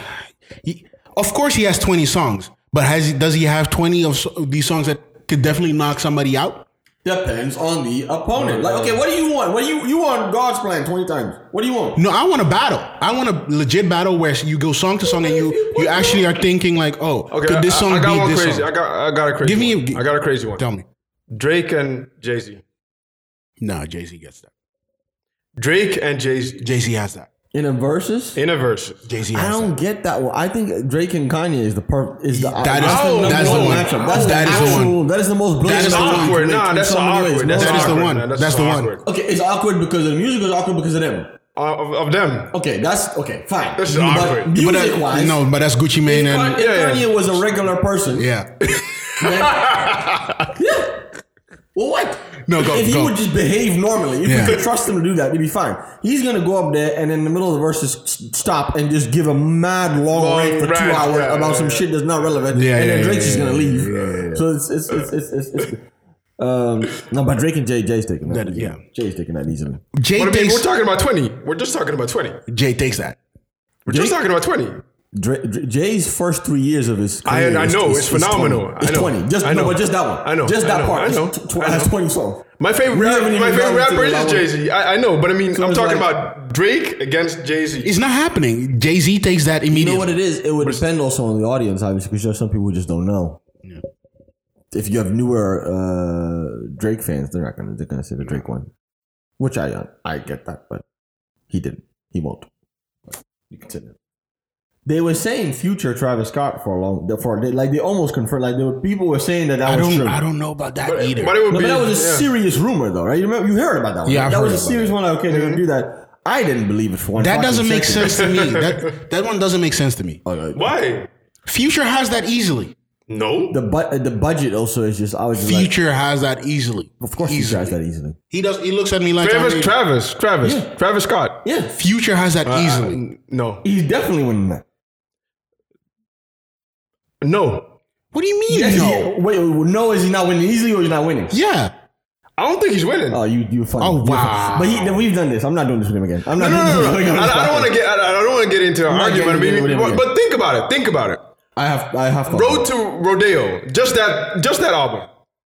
A: He, of course, he has twenty songs, but has he, does he have twenty of s- of these songs that could definitely knock somebody out?
B: Depends on the opponent. Like, okay, what do you want? What do you you want? God's plan twenty times. What do you want?
A: No, I want a battle. I want a legit battle where you go song to song and you you actually are thinking like, oh,
C: Okay,
A: could this
C: I-
A: song
C: I, got
A: beat
C: one
A: this
C: crazy.
A: song?
C: I got, I got a crazy.
A: Give me
C: one.
A: a-
C: I got a crazy one.
A: Tell me,
C: Drake and Jay Z.
A: no, Jay Z gets that.
C: Drake and Jay Z
A: Jay Z has that.
B: In a versus,
C: in a versus.
A: Jay Z
B: I
A: has
B: don't
A: that.
B: get that one. I think Drake and Kanye is the per is the
A: That is-
B: the
C: that's the
B: number
C: one.
B: matchup. That's
A: That
B: the
A: is the
B: actual,
A: one.
B: That is the most blatant.
A: That is the one.
C: Awkward.
B: one.
C: Nah, that's awkward. That's
A: That is the
C: awkward,
A: one.
C: man.
A: That's the one.
C: awkward.
B: Okay, it's awkward because the music is awkward because of them.
C: Uh, of, of them.
B: Okay, that's okay, fine.
C: This is
B: but
C: awkward. But,
A: But
B: Music
A: that-
B: wise,
A: no, but that's Gucci Mane
B: Kanye,
A: and
C: yeah, yeah.
B: Kanye was a regular person.
A: yeah.
B: then- yeah. Well, what?
A: No, go,
B: if he
A: go.
B: would just behave normally, if
A: Yeah.
B: we could trust him to do that, it'd be fine. He's gonna go up there and in the middle of the verses s- stop and just give a mad long,
C: Long
B: rant for two
C: rant,
B: hours
C: yeah,
B: about
C: yeah,
B: some
C: yeah.
B: shit that's not relevant.
A: Yeah,
B: and
A: yeah,
B: then
A: yeah,
B: Drake's just
A: yeah,
B: gonna
A: yeah,
B: leave. So it's it's it's it's it's. it's um, no, but Drake and Jay, Jay's taking that.
A: That-
B: easily.
A: yeah.
B: Jay's taking that easily.
A: Jay
C: But I mean, we're
A: takes
C: talking about 20. We're just talking about 20. We're
A: Jay takes that.
C: just talking about 20.
B: Dra- Dra- Jay's first three years of his
C: I-
B: career
C: I
B: is-
C: know,
B: is-
C: it's
B: is
C: phenomenal.
B: 20.
C: I
B: It's
C: know.
B: twenty. Just
C: I
B: no,
C: know.
B: but just that one.
C: I know.
B: Just
C: I
B: that
C: know.
B: part.
C: I
B: is
C: know.
B: tw- tw-
C: I
B: has
C: know.
B: twenty songs.
C: My favorite,
B: We haven't even
C: my favorite
B: gotten to
C: rapper
B: the
C: is
B: level.
C: Jay Z. I, I know, but I mean, I'm
B: it's
C: talking
B: like-
C: about Drake against Jay Z.
A: It's not happening. Jay Z takes that
B: You
A: immediately.
B: know what it is? It would depend also on the audience, obviously, because there's some people who just don't know. If you have newer uh, Drake fans, they're not gonna they're gonna say the Drake one, which I uh, I get that, but he didn't. He won't. You continue. They were saying future Travis Scott for a long for they, like they almost confirmed like there were people were saying that that
A: I
B: was
A: don't
B: true.
A: I don't know about that
C: But
A: either.
C: it would
B: No,
C: be
B: but that was a
C: yeah.
B: serious rumor, though, right? You remember you heard about that one.
A: Yeah,
B: right?
A: I've
B: that
A: heard
B: was a
A: about Mm-hmm.
B: serious one. Like, okay, they're gonna do that. I didn't believe it for one.
A: That
B: fucking
A: doesn't make
B: second.
A: sense to me. That that one doesn't make sense to me.
B: Oh, no.
C: Why?
A: Future has that easily.
C: No.
B: The but the budget also is just. I was just like,
A: Future has that easily.
B: of course, he
A: easily.
B: drives that easily.
A: He does. He looks at me like I mean,
C: Travis, Travis, Travis, Travis Scott.
B: Yeah,
A: Future has that easily.
C: Uh, no.
B: he's definitely winning that.
C: No.
A: What do you mean?
B: Yes,
A: no.
B: he- wait, wait, no, is he not winning easily or is he not winning?
A: Yeah.
C: I don't think he's winning.
B: Oh, you you funny.
A: Oh,
B: You're
A: wow.
B: funny. But he, we've done this. I'm not doing this with him again. I'm not.
C: No, no, no, no.
B: doing this with him
C: I,
B: again.
C: I don't want to get. I, I don't want to get into an
B: not
C: argument.
B: getting into
C: but-
B: it
C: but,
B: again.
C: but think about it. Think about it.
B: I have. I have.
C: Road to Rodeo. Just that. Just that album.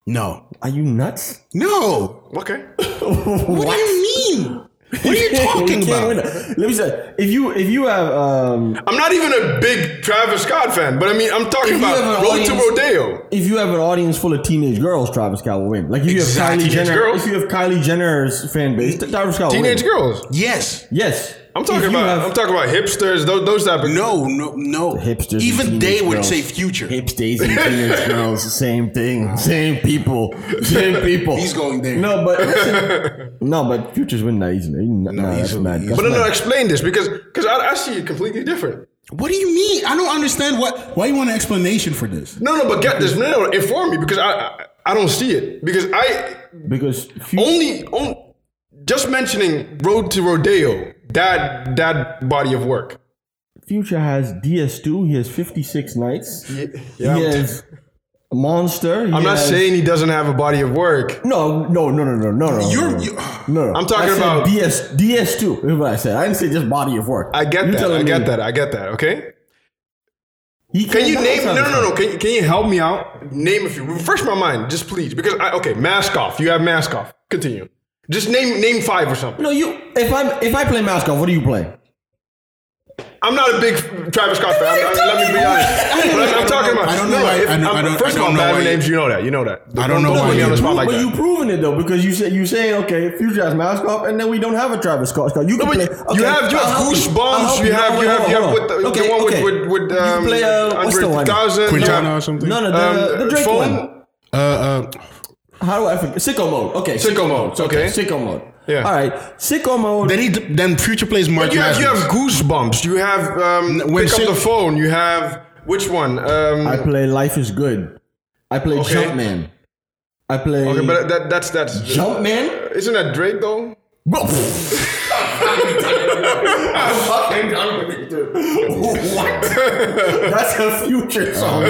A: No.
B: Are you nuts?
A: No.
C: Okay.
A: What, do you mean? What are you talking
B: You can't win
A: about?
B: that. Let me say, if you if you have um
C: I'm not even a big Travis Scott fan, but I mean, I'm talking
B: If you have an
C: about Road to
B: audience-
C: Rodeo.
B: if you have an audience full of teenage girls, Travis Scott will win. Like if you
C: Exactly.
B: have Kylie
C: Teenage
B: Jenner,
C: girls.
B: if you have Kylie Jenner's fan base, Travis Scott will win.
C: Teenage girls.
A: Yes.
B: Yes,
C: I'm talking
B: If you
C: about.
B: have-
C: I'm talking about hipsters. Those, those type of.
A: No, no, no.
B: hipsters. and
A: Even
B: teenage
A: they would
B: girls.
A: say future.
B: Hipsters and teenage girls, same thing, same people, same people.
A: He's going there.
B: No, but listen, no, but futures win that easily. No, that's
A: easily,
B: mad.
A: easily.
B: That's
C: But no, no.
B: mad.
C: Explain this because because I, I see it completely different.
A: What do you mean? I don't understand what. Why you want an explanation for this?
C: No, no. But get this. No, no. Inform me because I I, I don't see it because I
B: because fut-
C: only on just mentioning Road to Rodeo. That that body of work.
B: future has DS2. He has 56 nights. he has Monster. he
C: I'm not
B: has-
C: saying he doesn't have a body of work.
B: No, no, no, no, no, no, no.
A: You're.
B: no, no.
A: you
B: No, no.
C: I'm talking
B: I said
C: about-
B: DS DS2. Is what I said. I didn't say just body of work.
C: I get
B: You're
C: that.
B: telling
C: I
B: me
C: get that. I get that. Okay.
B: He
C: Can
B: can't
C: you
B: bounce
C: name? No,
B: on
C: no,
B: this one.
C: no, no. Can, can you help me out? Name a few. Refresh my mind, just please. Because I okay, mask off. You have mask off. Continue. Just name name five or something.
B: No, you. If I if I play mask off, what are you playing?
C: I'm not a big Travis Scott fan. I'm- I'm- Let me be honest. But I'm, I'm talking about.
A: I don't
C: no,
A: know
C: no,
A: why-
C: if-
A: I don't- I
C: I'm-
A: don't-
C: First
A: I
C: of all,
A: don't know
C: Bad
A: why you-
C: names. You know that. You know that.
A: I don't know
C: Don't
A: why
C: put me
A: you-
C: on the spot like
B: but you
C: that.
B: proven it though because you said you saying okay, Future has mask off, and then we don't have a Travis Scott. Scott. You can
C: but
B: play.
C: you
B: okay,
C: have- you
B: I'll
C: have
B: help
C: Goosebumps,
B: I'll help
C: you have-
B: Hold
C: you
B: on,
C: have- you
B: hold
C: have
B: on.
C: with the- the one with- with- with,
B: You
C: um,
B: play uh, what's the one?
C: 100,000?
A: Quintana or something.
B: No, no, the,
C: Um,
B: the Drake
C: phone?
B: one.
A: Uh, uh,
B: How do I forget? Sicko mode. Okay,
C: Sicko mode. Okay.
B: Sicko mode.
C: Yeah.
B: All right, sicko mode.
A: then he. Then future plays Mark
C: You have, you
A: Masters.
C: have goosebumps. You have um,
A: when
C: pick
A: Sil-
C: up the phone. You have which one? Um,
B: I play Life is Good. I play
C: Okay.
B: Jumpman. I play
C: okay, but that that's that's
B: Jumpman.
C: isn't that Drake though?
B: Bro, pff, what? That's a future song.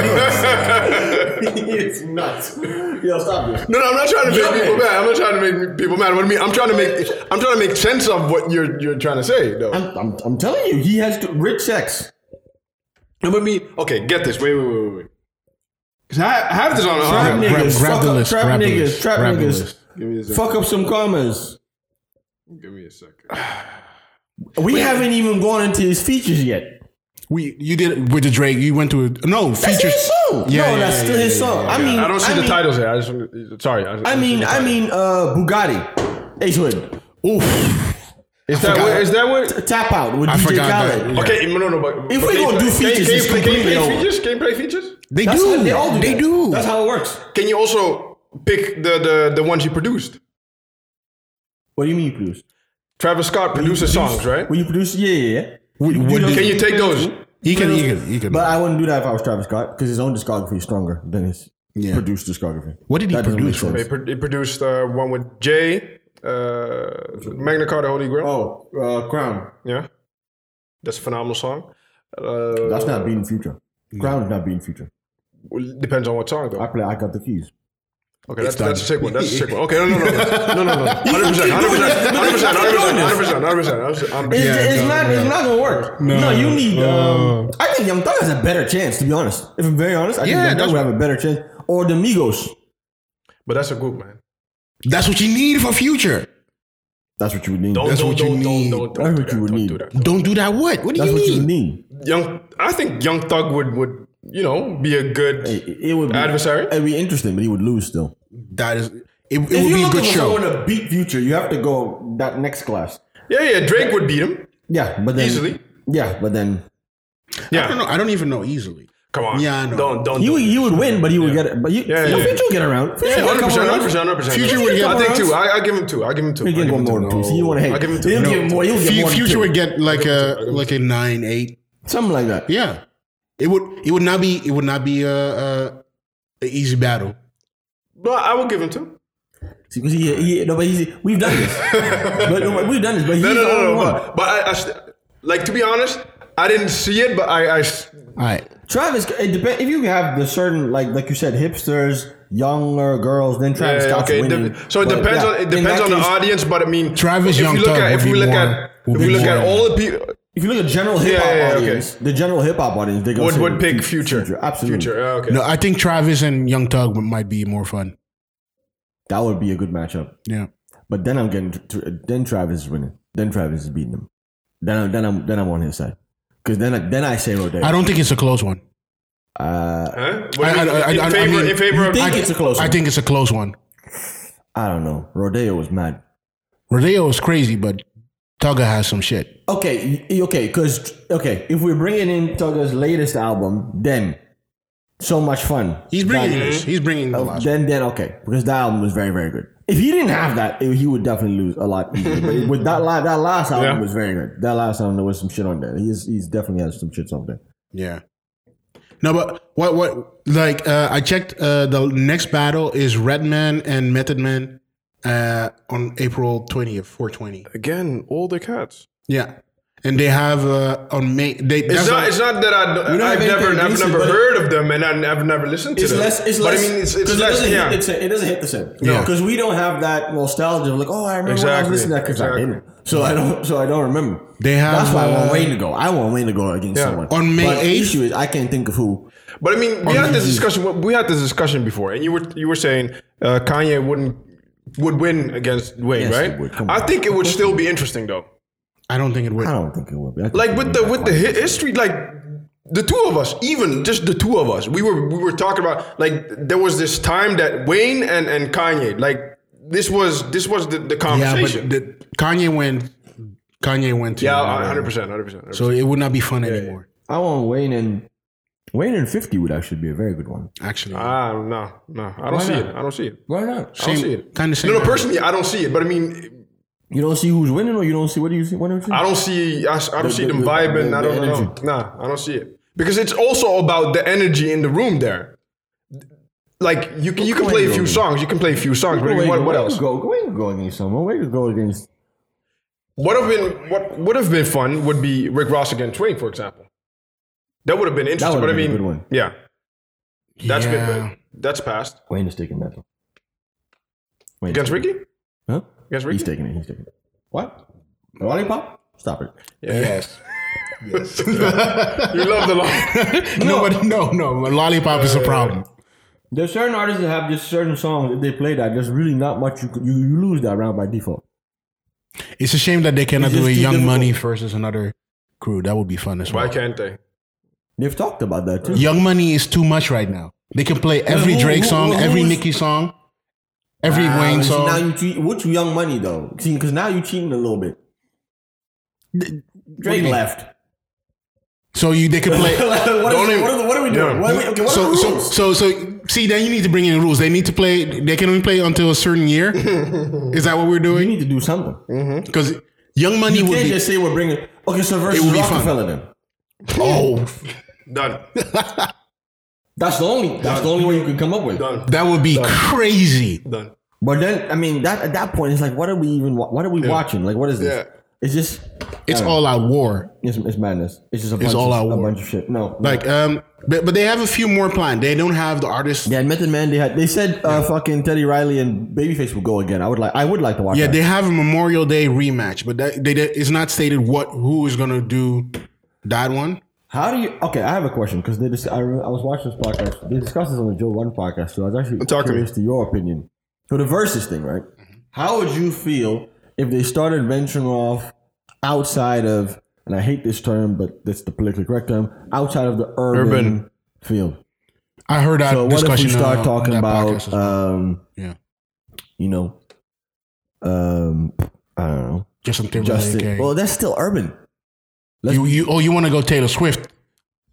B: it's nuts. Yo, stop this.
C: No, no, I'm not trying to make
B: Yeah.
C: people mad. I'm not trying to make people mad. What I mean, I'm trying to make I'm trying to make sense of what you're you're trying to say though.
B: I'm, I'm, I'm telling you, he has to, rich sex.
C: No, but me. Okay, get this. Wait, wait, wait, wait, wait. Cause I, I have this
A: Uh,
C: on.
B: Trap
C: on-
A: nigga.
B: niggas,
A: grab
B: fuck
A: the
B: up
A: list,
B: trap
A: grab the
B: niggas,
A: list,
B: trap
A: grab the
B: niggas.
A: list.
C: Give me a second.
B: Fuck up some commas.
C: Give me a second.
B: We haven't even gone into his features yet.
A: We you did it with the Drake. You went to a, no
B: That's
A: features.
B: his song.
A: Yeah,
B: no,
A: yeah,
B: that's
A: yeah,
B: still
A: yeah,
B: his song. I mean,
C: I don't see the
B: mean,
C: titles here. I just want sorry. I,
B: I mean, I mean, uh, Bugatti, Ace Hood,
A: Oof.
C: is that
A: forgot.
C: what, is that what?
B: Tap Out with
A: I
B: DJ
A: forgot
B: Khaled. Oh,
A: that.
C: Okay, no, no, but
B: If
C: but
B: we
C: can you
B: gonna do
C: play- can you-
B: features,
C: can you
B: it's
C: play- can you
B: completely
C: play
B: over.
C: features? Can you play features?
A: They
B: That's
A: do.
B: how-
A: They,
B: they all do. that.
A: do.
B: That's how it works.
C: Can you also pick the the the ones you produced?
B: What do you mean you produce?
C: Travis Scott produces songs, right?
B: When you produce, yeah, yeah, yeah.
A: Would-
B: do
A: would
B: those-
C: Can you take those?
A: he can. He can. He can.
B: But I wouldn't do that if I was Travis Scott because his own discography is stronger than his
A: Yeah.
B: produced discography.
A: what did he
B: That doesn't
A: produce?
B: make
A: for?
C: They,
B: sense.
C: pro- they produced uh, one with Jay, uh, Magna Carta Holy Grail.
B: Oh, uh, Crown.
C: Yeah, that's a phenomenal song. Uh,
B: That's not beating Future. Crown is not beating Future.
C: well, depends on what song though.
B: I play. I got the keys.
C: Okay, that's,
A: done.
C: that's a sick one. That's a sick one. Okay, no, no, no, no, no, no, no. Hundred percent, hundred percent, hundred percent, hundred percent, hundred percent, hundred percent.
B: It's,
C: I'm-
B: it's not. It's not gonna work. No, you need. Um, I think Young Thug has a better chance. To be honest, if I'm very honest, I
A: Yeah,
B: think Young
A: that's
B: Thug would have a better chance. Or the Migos.
C: But that's a group, man.
A: That's what you need for future.
B: That's what you would need.
C: Don't,
A: That's
C: don't,
A: what you
C: don't,
A: need.
C: don't, don't,
B: That's
C: don't,
B: what you would
C: do
B: need.
C: that. Don't do
A: Don't do that. What? What do
B: That's
A: you
B: what
A: mean?
B: you need.
C: that. Young, I think Young Thug would would you know be a good
B: It, it- it would be,
C: Adversary?
B: It'd be interesting, but he would lose still.
A: That is. It, it would be a good show.
B: to beat Future, you have to go that next class.
C: Yeah, yeah. Drake would beat him.
B: Yeah, but then
C: Easily.
B: Yeah, but then
A: I don't
C: Yeah,
A: know. I don't even know easily.
C: come on.
A: Yeah, I know.
C: Don't, don't.
B: he
C: don't.
B: would, he would win, but he would get. But you,
C: Yeah, yeah,
B: Future
C: yeah.
B: would get around. Future would
C: Hundred
B: come
C: percent,
B: around.
C: hundred percent, hundred percent.
A: Future would get
C: I think
B: around.
C: two. I, I give him two. I give him two. I
B: He'll
C: give
B: get
C: him
B: one more than
C: two.
B: two. He won't hate.
C: I'll give him two.
B: He'll
C: No.
B: get more. He'll get
A: Fu-
B: more. than
A: future
B: two.
A: would get like a like a nine eight.
B: something like that.
A: Yeah. It would. It would not be. It would not be a, a, a easy battle.
C: No, I will give him two.
B: Because he, he, no, but he's, we've done this. but no, but we've done this. But he's
C: No, no,
B: the
C: no,
B: only
C: no.
B: one.
C: But, but I, I st- like to be honest, I didn't see it, but I, I s-
A: All right.
B: Travis, it depends. If you have the certain, like like you said, hipsters, younger girls, then Travis
C: yeah,
B: Scott's
C: uh, okay. it de-
B: winning.
C: so it
B: But,
C: depends
B: yeah,
C: on it
B: in
C: depends
B: that
C: on the
B: case,
C: audience, but I mean,
A: Travis
C: if
A: Young
C: you look
A: Thug
C: at
A: would
C: if we
A: be
C: look
A: more-
C: at
A: would
C: if we
A: be
C: look at
A: more-
C: all the people,
B: If you look at general hip hop
C: Yeah, yeah, yeah, okay.
B: audience, the general hip hop audience, they go
C: Would-
B: to
C: would pick
B: Fu-
C: Future.
B: Absolutely,
C: future. ah, okay.
A: No, I think Travis and Young Thug might be more fun.
B: that would be a good matchup.
A: Yeah.
B: But then I'm getting tr- then Travis is winning. Then Travis is beating him. Then I'm then I'm then I'm on his side because then I, then I say Rodeo.
A: I don't think it's a close one.
B: uh,
C: Huh? What
A: I-
C: do you
A: I-
C: mean?
A: I- I- I
C: in favor,
A: mean-
C: in favor of
B: You think it's a close
A: I
B: one.
A: think it's a close one.
B: I don't know. Rodeo was mad.
A: Rodeo is crazy, but Thugger has some shit.
B: Okay, y- okay, because okay, if we're bringing in Tugger's latest album, then so much fun.
A: He's bringing this. He's bringing the last.
B: Then, then okay, because that album was very, very good. If he didn't have that, it- he would definitely lose a lot. Easier. But with that, la- that last album
C: Yeah.
B: was very good. That last album, there was some shit on there. He's he's definitely has some shits on there.
A: Yeah. No, but what what like uh, I checked uh, the next battle is Redman and Method Man uh, on April twentieth, four twenty.
C: again older cats.
A: Yeah, and they have uh, on May. They
C: It's
A: that's
C: not.
A: a-
C: It's not that I.
B: don't
C: don't- I've
B: have anything
C: never. I've
B: decent,
C: never
B: but-
C: heard of them, and I- I've never listened to
B: It's
C: them.
B: less. It's
C: but
B: less.
C: I mean, it's, it's
B: 'cause
C: less.
B: It doesn't,
C: yeah.
B: hit, the same- it doesn't hit the same.
A: No.
B: because we don't have that nostalgia of like, oh, I remember when I was
C: Exactly,
B: listening to that because I
C: exactly.
B: didn't. So I don't. So I don't remember.
A: They have,
B: That's why I want
A: uh,
B: Wayne to go. I want Wayne to go against
C: Yeah.
B: someone
A: On May
B: But the
A: 8th?
B: Issue is I can't think of who.
C: But I mean,
A: On
C: we had this
B: Oh,
A: YouTube.
C: discussion. We had this discussion before, and you were you were saying uh, Kanye wouldn't would win against Wayne,
B: Yes, he
C: right?
B: would. Come
C: I
B: on.
C: think it would still be interesting though.
A: I don't think it would.
B: I don't think it will be. I think
C: Like
B: it
C: with
B: would
C: the
B: be
C: with the hi- history, like the two of us, even just the two of us, we were we were talking about like there was this time that Wayne and and Kanye, like this was this was the, the
A: Yeah, but
C: conversation.
A: the, Kanye went. Kanye went to.
C: Yeah, hundred percent, hundred percent.
A: So it would not be fun anymore.
B: I want Wayne and Wayne and Fifty would actually be a very good one.
A: Actually,
C: Ah, no, no, I don't
B: Why
C: see
B: not?
C: it. I don't see it.
B: Why not?
C: I don't see
A: same
C: it.
A: kind of same.
C: No, no, personally, I don't see it. But I mean,
B: You don't see who's winning, or you don't see what do you see? What do you see?
C: I don't see. I, s- I don't see
B: the-
C: them
B: the-
C: vibing.
B: the-
C: I
B: the
C: don't know.
B: energy.
C: Nah, I don't see it because it's also about the energy in the room there. Like you can you can play a few songs. You can play a few songs. But
B: Wayne-
C: what, what
B: Wayne
C: else?
B: could Go, Wayne could go against someone. Wayne could go against.
C: What have been what would have been fun would be Rick Ross against Wayne, for example. That would have been interesting.
B: would
C: But I
B: have been
C: mean,
B: a good one.
C: yeah, that's
A: yeah.
C: been that's past
B: Wayne is taking that. one. Wayne
C: against Ricky.
B: Huh? He's
C: Against Ricky.
B: taking it. He's taking it. What? Lollipop? Stop it.
A: Yes.
C: You love the law.
A: no, but no, no. Lollipop is a problem.
B: There's certain artists that have just certain songs. If they play that, there's really not much you could, you, you lose that round by default.
A: It's a shame that they cannot
B: It's
A: do a
B: just too
A: Young
B: difficult.
A: Money versus another crew. That would be fun as
C: Why
A: well.
C: can't they?
B: They've talked about that too.
A: Young Money is too much right now. They can play every
B: who-
A: Drake
B: who-
A: song,
B: who-
A: every
B: who's-
A: Nicki song, every
B: Ah,
A: Wayne
B: see, Now
A: song.
B: you cheat. Which Young Money though? See, because now you cheating a little bit. Drake
A: mean?
B: left.
A: So you they could play.
B: what, is, what,
C: even-
B: are, the- what are we doing?
C: Yeah.
B: What are we, okay, what are
A: So
B: the
A: so
B: rules?
A: so so. See, then you need to bring in rules. They need to play. They can only play until a certain year. Is that what we're
B: we
A: doing?
B: need to do something.
A: Because Young Money
B: Mm-hmm. You
A: would
B: can't
A: be.
B: just say we're bringing. Okay, so versus
A: It would be fun.
B: Rockefeller then.
A: Oh,
C: Done.
B: That's the only. That's the only way you can come up with.
C: Done.
A: that would be crazy.
C: Done.
B: But then, I mean, that at that point, it's like, what are we even? wa- What are we watching? Like, what is this?
C: Yeah.
B: It's just.
A: It's all out war.
B: It's, it's madness. It's just a bunch,
A: all out
B: of, a
A: war.
B: bunch of shit. No, no.
A: Like um, but, but they have a few more planned. They don't have the artists.
B: they had Method Man. They had. They said uh, fucking Teddy Riley and Babyface would go again. I would like. I would like to watch.
A: Yeah,
B: that.
A: they have a Memorial Day rematch, but that, they, they, it's not stated what who is gonna do that one.
B: How do you? Okay, I have a question because they just. I, re- I was watching this podcast. They discussed this on the Joe One podcast, so I was actually
C: Talk to me.
B: curious to your opinion. So the versus thing, right?
A: Mm-hmm.
B: How would you feel if they started venturing off outside of? And I hate this term, but that's the politically correct term. Outside of the urban,
C: Urban.
B: field.
A: I heard that
B: So what if
A: discussion.
B: we start
A: uh, on
B: talking
A: that
B: about?
A: podcast as well.
B: Um,
A: yeah,
B: you know, um, I don't know,
A: Justin Timberlake.
B: Justin.
A: okay.
B: Well, that's still urban. let's-
A: you, you, oh, you want to go Taylor Swift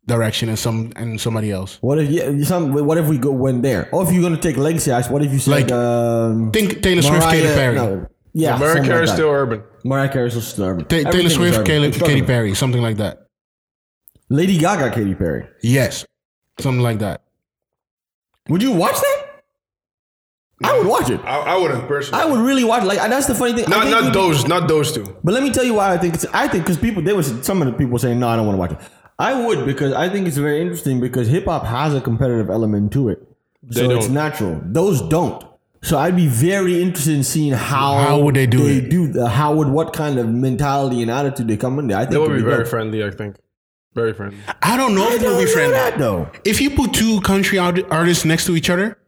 A: direction and some and somebody else.
B: What if yeah, some? What if we go went there? Or if you're gonna take legacy acts, what if you said
A: Like,
B: um,
A: Think Taylor Swift,
B: Mariah-
A: Katy Perry.
B: no, yeah,
C: America
B: something like
C: is
B: that.
C: still urban.
B: Mariah Carey is still urban.
A: Ta-
B: Everything
A: Taylor
B: is
A: Swift,
B: urban.
A: Kayla,
B: It's urban.
A: Katy Perry, something like that.
B: Lady Gaga, Katy Perry.
A: Yes, something like that.
B: Would you watch that? I would watch it.
C: I, I wouldn't personally.
B: I would really watch. Like and that's the funny thing. I
C: not
B: think
C: not
B: we-
C: those, not those two.
B: But let me tell you why I think it's. I think because people there was some of the people saying no, I don't want to watch it. I would because I think it's very interesting because hip hop has a competitive element to it, so it's
C: don't.
B: natural. Those don't. So I'd be very interested in seeing how
A: How would they do
B: they
A: it?
B: Do the, how would what kind of mentality and attitude they come in there? I think
C: They would
B: it'd
C: be very
B: dope.
C: friendly, I think. Very friendly.
A: I don't know if
B: I
A: they'll
B: don't
A: be
B: know
A: friendly.
B: that, though.
A: If you put two country art- artists next to each other,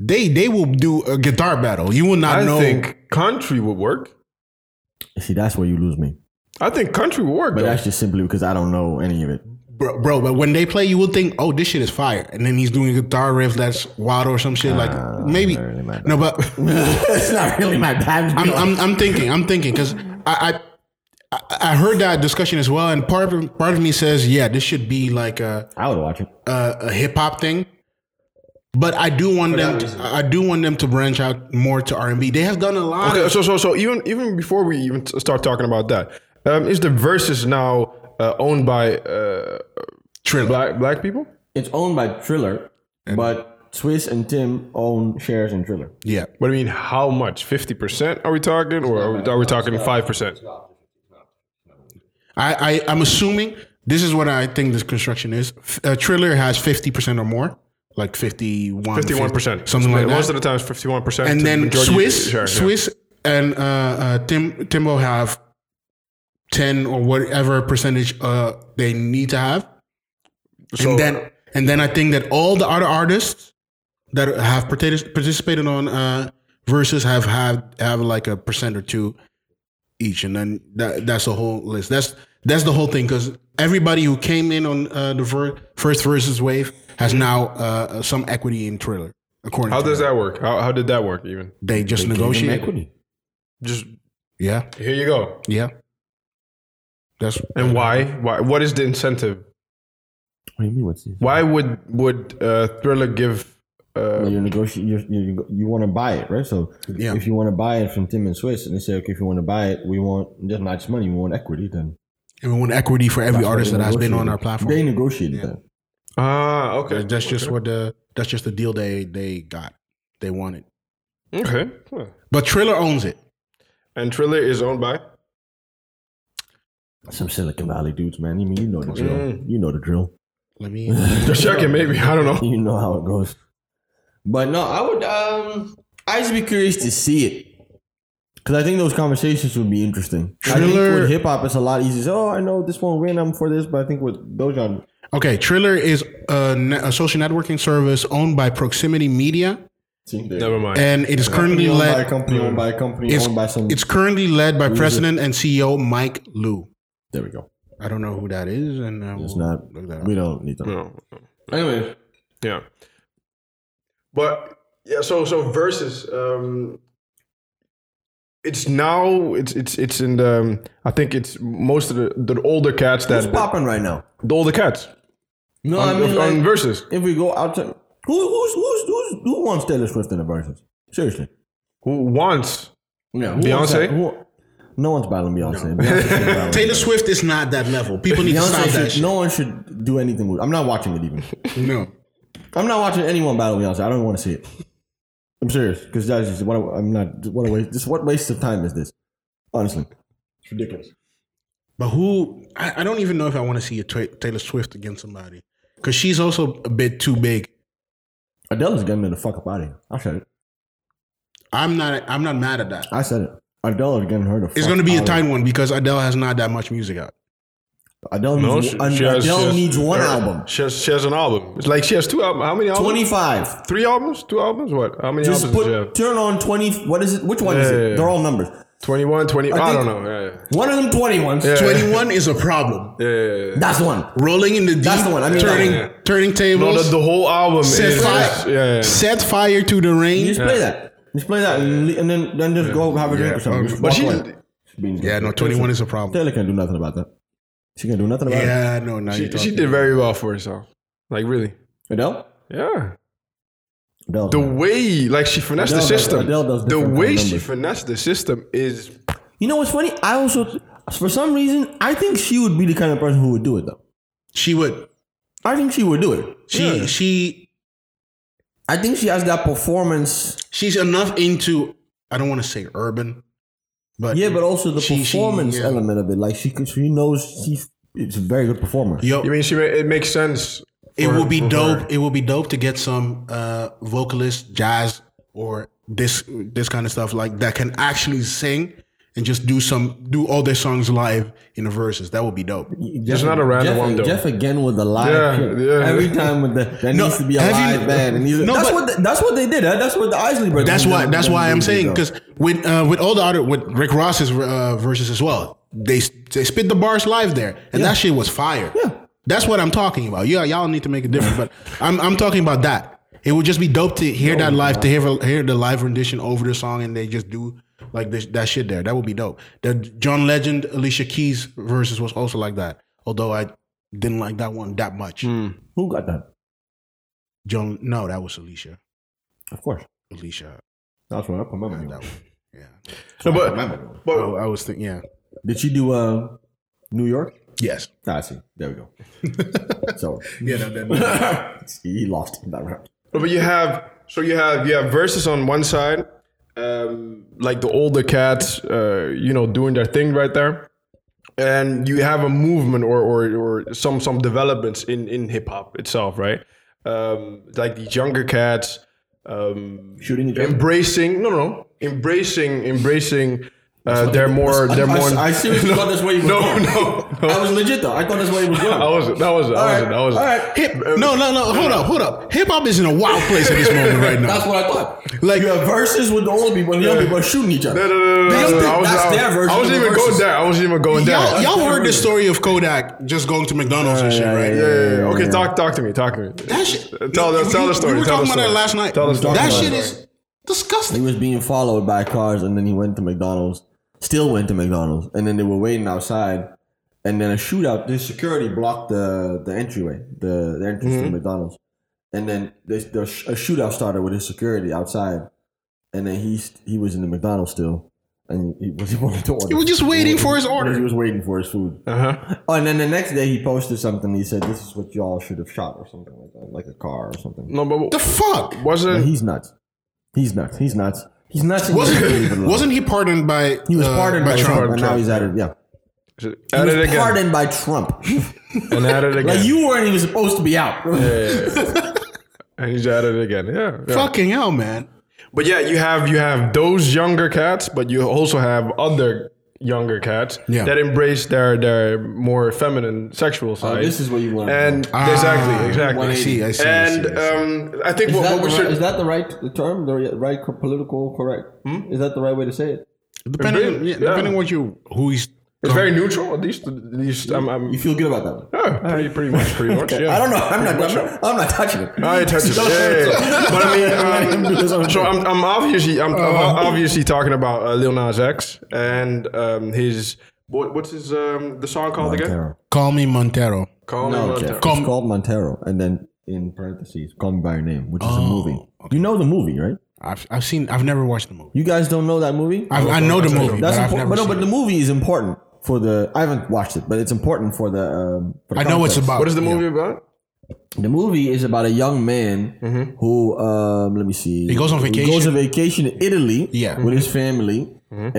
A: they they will do a guitar battle. You will not
C: I
A: know.
C: think country would work.
B: See, that's where you lose me.
C: I think country would work.
B: But
C: though.
B: that's just simply because I don't know any of it.
A: bro, bro, but when they play, you will think, oh, this shit is fire. And then he's doing a guitar riff that's wild or some shit.
C: Ah,
B: Uh,
A: like, maybe.
B: not really my bag.
A: No, but
B: it's not really my bag.
A: I'm, I'm, I'm thinking, I'm thinking, because I, I, I- I heard that discussion as well. And part of, part of me says, yeah, this should be like a,
B: I would watch it.
A: a, a hip hop thing. But I do want them. To, I do want them to branch out more to R and B. They have done a lot.
C: Okay,
A: of,
C: so so so even even before we even t- start talking about that, um, is the verses now uh, owned by uh,
A: Triller.
C: black black people?
B: It's owned by Triller, but Swiss and Tim own shares in Triller.
A: yeah,
C: What do you mean? How much? Fifty percent? Are we talking, or are we, are we talking five percent?
A: I, I I'm assuming this is what I think this construction is. F- Uh, Triller has fifty percent or more, like 51
C: Fifty-one percent,
A: something like
C: Most
A: that.
C: of the times, fifty-one percent.
A: and then Swiss, Swiss, and uh, uh, Tim Timbo have ten or whatever percentage uh, they need to have, and then and then I think that all the other artists that have partic- participated on uh, versus have have have like a percent or two each, and then that that's the whole list. That's that's the whole thing because everybody who came in on uh, the ver- first versus wave has now uh, some equity in Thriller. According
C: how
A: to
C: does
A: them.
C: that work? How, how did that work? Even
A: they just negotiate?
B: equity.
C: just
A: Yeah,
C: here you go.
A: yeah. That's
C: And why? Why? What is the incentive?
B: What do you mean? What's this?
C: Why would would uh, Thriller give?
B: Well,
C: Uh,
B: you're negotiating. You're, you you- you want to buy it, right? So
A: Yeah.
B: if you want to buy it from Tim and Swiss, and they say, okay, if you want to buy it, we want just not just money, we want equity. Then
A: And we want equity for every
B: That's what
A: artist
B: they
A: that has been on
B: negotiated.
A: our platform.
B: they negotiated
A: Yeah.
B: that.
C: ah, okay.
A: That's just what the that's just the deal they they got. They wanted.
C: okay. Huh.
A: But Triller owns it.
C: And Triller is owned by.
B: Some Silicon Valley dudes, man. I mean, you know the drill.
C: Mm.
B: You know the drill.
A: Let me
C: Just checking, maybe. I don't know.
B: you know how it goes. But no, I would. Um, I just be curious to see it because I think those conversations would be interesting. I think
A: Thriller-
B: with hip hop, it's a lot easier. Oh, I know this won't win. I'm for this, but I think with Doja,
A: Okay, Triller is a, ne- a social networking service owned by Proximity Media
B: see, there-
C: Never mind.
A: and it is currently
B: company owned by a
A: led
B: company owned by a company
A: It's-
B: owned by some.
A: it's currently led by president and CEO Mike Liu.
B: there we go.
A: I don't know who that is and uh,
B: It's
A: we'll
B: not-
A: look that up.
B: We don't need to.
C: no.
B: Anyway,
C: Yeah. But yeah, so so versus um it's now it's it's it's in the um, I think it's most of the, the older cats
B: who's
C: that
B: popping right now?
C: the older cats
B: No,
C: on,
B: I mean,
C: on
B: like,
C: versus.
B: if we go outside, who, who's, who's, who's, who wants Taylor Swift in the verses? Seriously.
C: Who wants?
B: Yeah, who wants
C: Beyonce?
B: that? Who- no one's battling Beyonce. Beyonce's not battling
A: Taylor
B: Beyonce.
A: Swift is not that level. People need to stop
B: Beyonce
A: that
B: should, no one should do anything with. I'm not watching it even.
A: shit. No.
B: I'm not watching anyone battle Beyonce. I don't want to see it. I'm serious because that's just what I, am not. What a waste. Just what waste of time is this? Honestly, it's ridiculous.
A: But who? I, I don't even know if I want to see a Tra- Taylor Swift against somebody because she's also a bit too big.
B: Adele is getting the fuck up out of here. I said it.
A: I'm not. I'm not mad at that.
B: I said it. Adele is getting her the.
A: It's
B: fuck
A: going to be a
B: outta here.
A: tight one because Adele has not that much music out.
B: Adele
C: No,
B: needs,
C: she,
B: one-
C: she has, she
B: Adele
C: has-
B: needs one
C: her-
B: album.
C: She has, she has an album. It's like she has two albums. How many albums?
B: Twenty-five.
C: Three albums? Two albums? What? How many
B: Just
C: albums does she
B: put
C: have?
B: turn on twenty. What is it? Which one is
C: Yeah, yeah,
B: it?
C: yeah.
B: They're all numbers.
C: 21, 20. I,
B: think-
C: don't know. Yeah, yeah.
B: One of them twenty ones.
A: Twenty one is a problem.
C: Yeah, yeah, yeah.
B: That's one.
A: Rolling in the deep,
B: That's the one. I mean,
A: turning
C: yeah.
A: turning
C: No,
A: tables.
C: the, the whole album is.
A: set,
C: yeah,
A: fire,
C: yeah.
A: set fire to the
B: You
A: rain.
B: just play that. Just play that, and, le- and then then just go have a drink or something. Just
C: But
B: walk
C: she,
B: away. Beans
A: Yeah,
B: good.
A: no, twenty one is a problem.
B: Taylor can't do nothing about that. She can do nothing about it.
A: Yeah, no, no.
C: she, she did very well for herself. Like really.
B: Adele.
C: Yeah.
B: Adele.
C: The way like she finessed the
B: Adele does-
C: system.
B: Adele does
C: the
B: different
C: way
B: kind of
C: she
B: numbers.
C: finessed the system is
B: you know what's funny? I also, for some reason, I think she would be the kind of person who would do it though.
A: She would.
B: I think she would do it.
A: She she
B: I think she has that performance.
A: She's enough into I don't want to say urban, but
B: Yeah, but also the
A: She- she-
B: performance
A: yeah.
B: element of it. Like she, could- she knows she's it's a very good performer.
A: yo,
C: You mean she? ma- It makes sense.
A: it
C: for-
A: will be
C: for
A: dope.
C: her.
A: It will be dope to get some uh, vocalist, jazz, or this this kind of stuff like that can actually sing and just do some do all their songs live in the verses. That would be dope.
B: It's
C: not a random
B: Jeff,
C: one, though.
B: Jeff again with the live.
C: Yeah,
B: shit.
C: yeah.
B: Every time with the that
A: No,
B: needs to be a
A: have you-
B: live band. And he's,
A: No,
B: that's
A: but-
B: what the, that's what they did. Huh? That's what the Isley brothers.
A: That's
B: did.
A: why. That's why I'm saying
B: Though.
A: because with uh, with all the other with Rick Ross's uh, verses as well, they they spit the bars live there, and that shit was fire. Yeah. That's what I'm talking about. Yeah, y'all need to make a difference, but I'm I'm talking about that. It would just be dope to hear that live, to hear hear the live rendition over the song, and they just do like this, that shit there. That would be dope. The John Legend, Alicia Keys verses was also like that, although I didn't like that one that much.
B: who got that?
A: John, no, that was Alicia.
B: Of course,
A: Alicia,
B: that's what I remember.
A: that one. Yeah,
C: No,
B: I
C: but
B: remember.
C: but
A: Oh, I, I was thinking, yeah,
B: Did she do uh, New York?
A: yes.
B: Ah, I see. There we go. so
A: Yeah, that, that,
B: he lost in that round.
C: No, but you have so you have you have verses on one side, um, like the older cats, uh, you know, doing their thing right there, and you have a movement or or, or some some developments in in hip hop itself, right? Um, like these younger cats um,
B: Shooting each other.
C: embracing no no no, embracing embracing uh, their more their
B: I,
C: more
B: I, I seriously thought that's where he was
C: no
B: going.
C: no
B: I
C: no.
B: was legit though. I thought that's where he was going.
C: I wasn't. That wasn't. I wasn't. I wasn't.
B: All right.
A: Hip, no, no, no. Hold up, hold up. Hip hop is in a wild place at this moment right now.
B: That's what I thought.
A: Like-
B: Like you have verses with the old people and the young people are shooting each other.
C: No, no, no, no,
B: They
C: no,
B: don't
C: no,
B: think
C: I was,
B: that's
C: I,
B: their version
C: I wasn't
B: of the
C: even going
B: verses.
C: there. I wasn't even going there.
A: Y'all, y'all
B: never
A: heard
B: heard
A: the
B: of
A: story of Kodak just going to McDonald's and shit, right?
C: Yeah, yeah, yeah. Okay, talk talk to me. Talk to me.
A: That shit.
C: Tell,
A: no,
C: the tell
A: we-
C: the story.
A: We were
C: tell
A: talking about
C: the story.
A: that last night.
C: Tell the story.
A: That
B: about
A: shit
B: it.
A: is
B: He
A: disgusting.
B: was being followed by cars, and then he went to McDonald's. Still went to McDonald's, and then they were waiting outside. And then a shootout. The security blocked the the entryway, the, the entrance
C: Mm-hmm.
B: to McDonald's. And then this, the, sh- a shootout started with his security outside. And then he st- he was in the McDonald's still, and he was he wanted to order.
A: He was just waiting for his
B: He
A: order.
B: was waiting for his food.
C: Uh-huh.
B: Oh, and then the next day he posted something. He said, "This is what y'all should have shot, or something like that, like a car or something."
C: No, but
A: The fuck?
B: But
C: wasn't
B: he's nuts. He's nuts. He's nuts. He's nuts. and you can't leave it
A: Wasn't
B: alone.
A: wasn't he pardoned by?
B: He was
A: uh,
B: pardoned by, Trump, and now
C: Trump.
B: he's at it. Yeah, he
C: add
B: was
C: it again
B: pardoned by Trump.
C: and add it again.
B: like you weren't even supposed to be out.
C: and he's at it again. Yeah. yeah.
A: Fucking hell, man.
C: But yeah, you have you have those younger cats, but you also have other younger cats
A: Yeah.
C: that embrace their their more feminine sexual side.
B: Oh, this is what you want.
C: and
A: Ah,
C: exactly, exactly.
A: I see. I see. I see, I
C: And
A: see.
C: um, I think
B: is
C: what,
B: that,
C: what we
B: the
C: should
B: right, is that the right term? The right- right co- political correct?
C: Hmm?
B: Is that the right way to say it?
A: depending,
C: yeah.
A: yeah, depending what you who he's.
C: It's very neutral. At least, at least I'm, I'm
B: You feel good about that? One?
C: yeah, pretty, pretty much, pretty much. Uh, Yeah.
B: I don't know. I'm not. I'm not, I'm not touching it.
C: I touch Ah, it. Yeah, yeah, yeah. but I mean, um, so I'm, I'm obviously, I'm,
B: Uh-huh.
C: I'm obviously talking about uh, Lil Nas X and um, his what, what's his um, the song called again?
B: Montero.
A: Call me Montero.
C: Call Me
B: No,
C: Montero.
B: Jeff.
A: Come-
B: It's called Montero, and then in parentheses, "Call Me by Your Name," which is
A: Oh,
B: a movie. You know the movie, right?
A: I've I've seen. I've never watched the movie.
B: You guys don't know that movie?
A: I, I know the movie,
B: That's
A: but I've
B: important.
A: never
B: But no,
A: seen
B: but
A: it.
B: the movie is important for the. I haven't watched it, but it's important for the. Um, for the
A: I know it's
B: context.
A: about.
C: What is the movie about?
B: The movie is about a young man who, um, let me see.
A: Mm-hmm. He goes on vacation.
B: goes on vacation to Italy
A: Yeah. Mm-hmm.
B: with his family.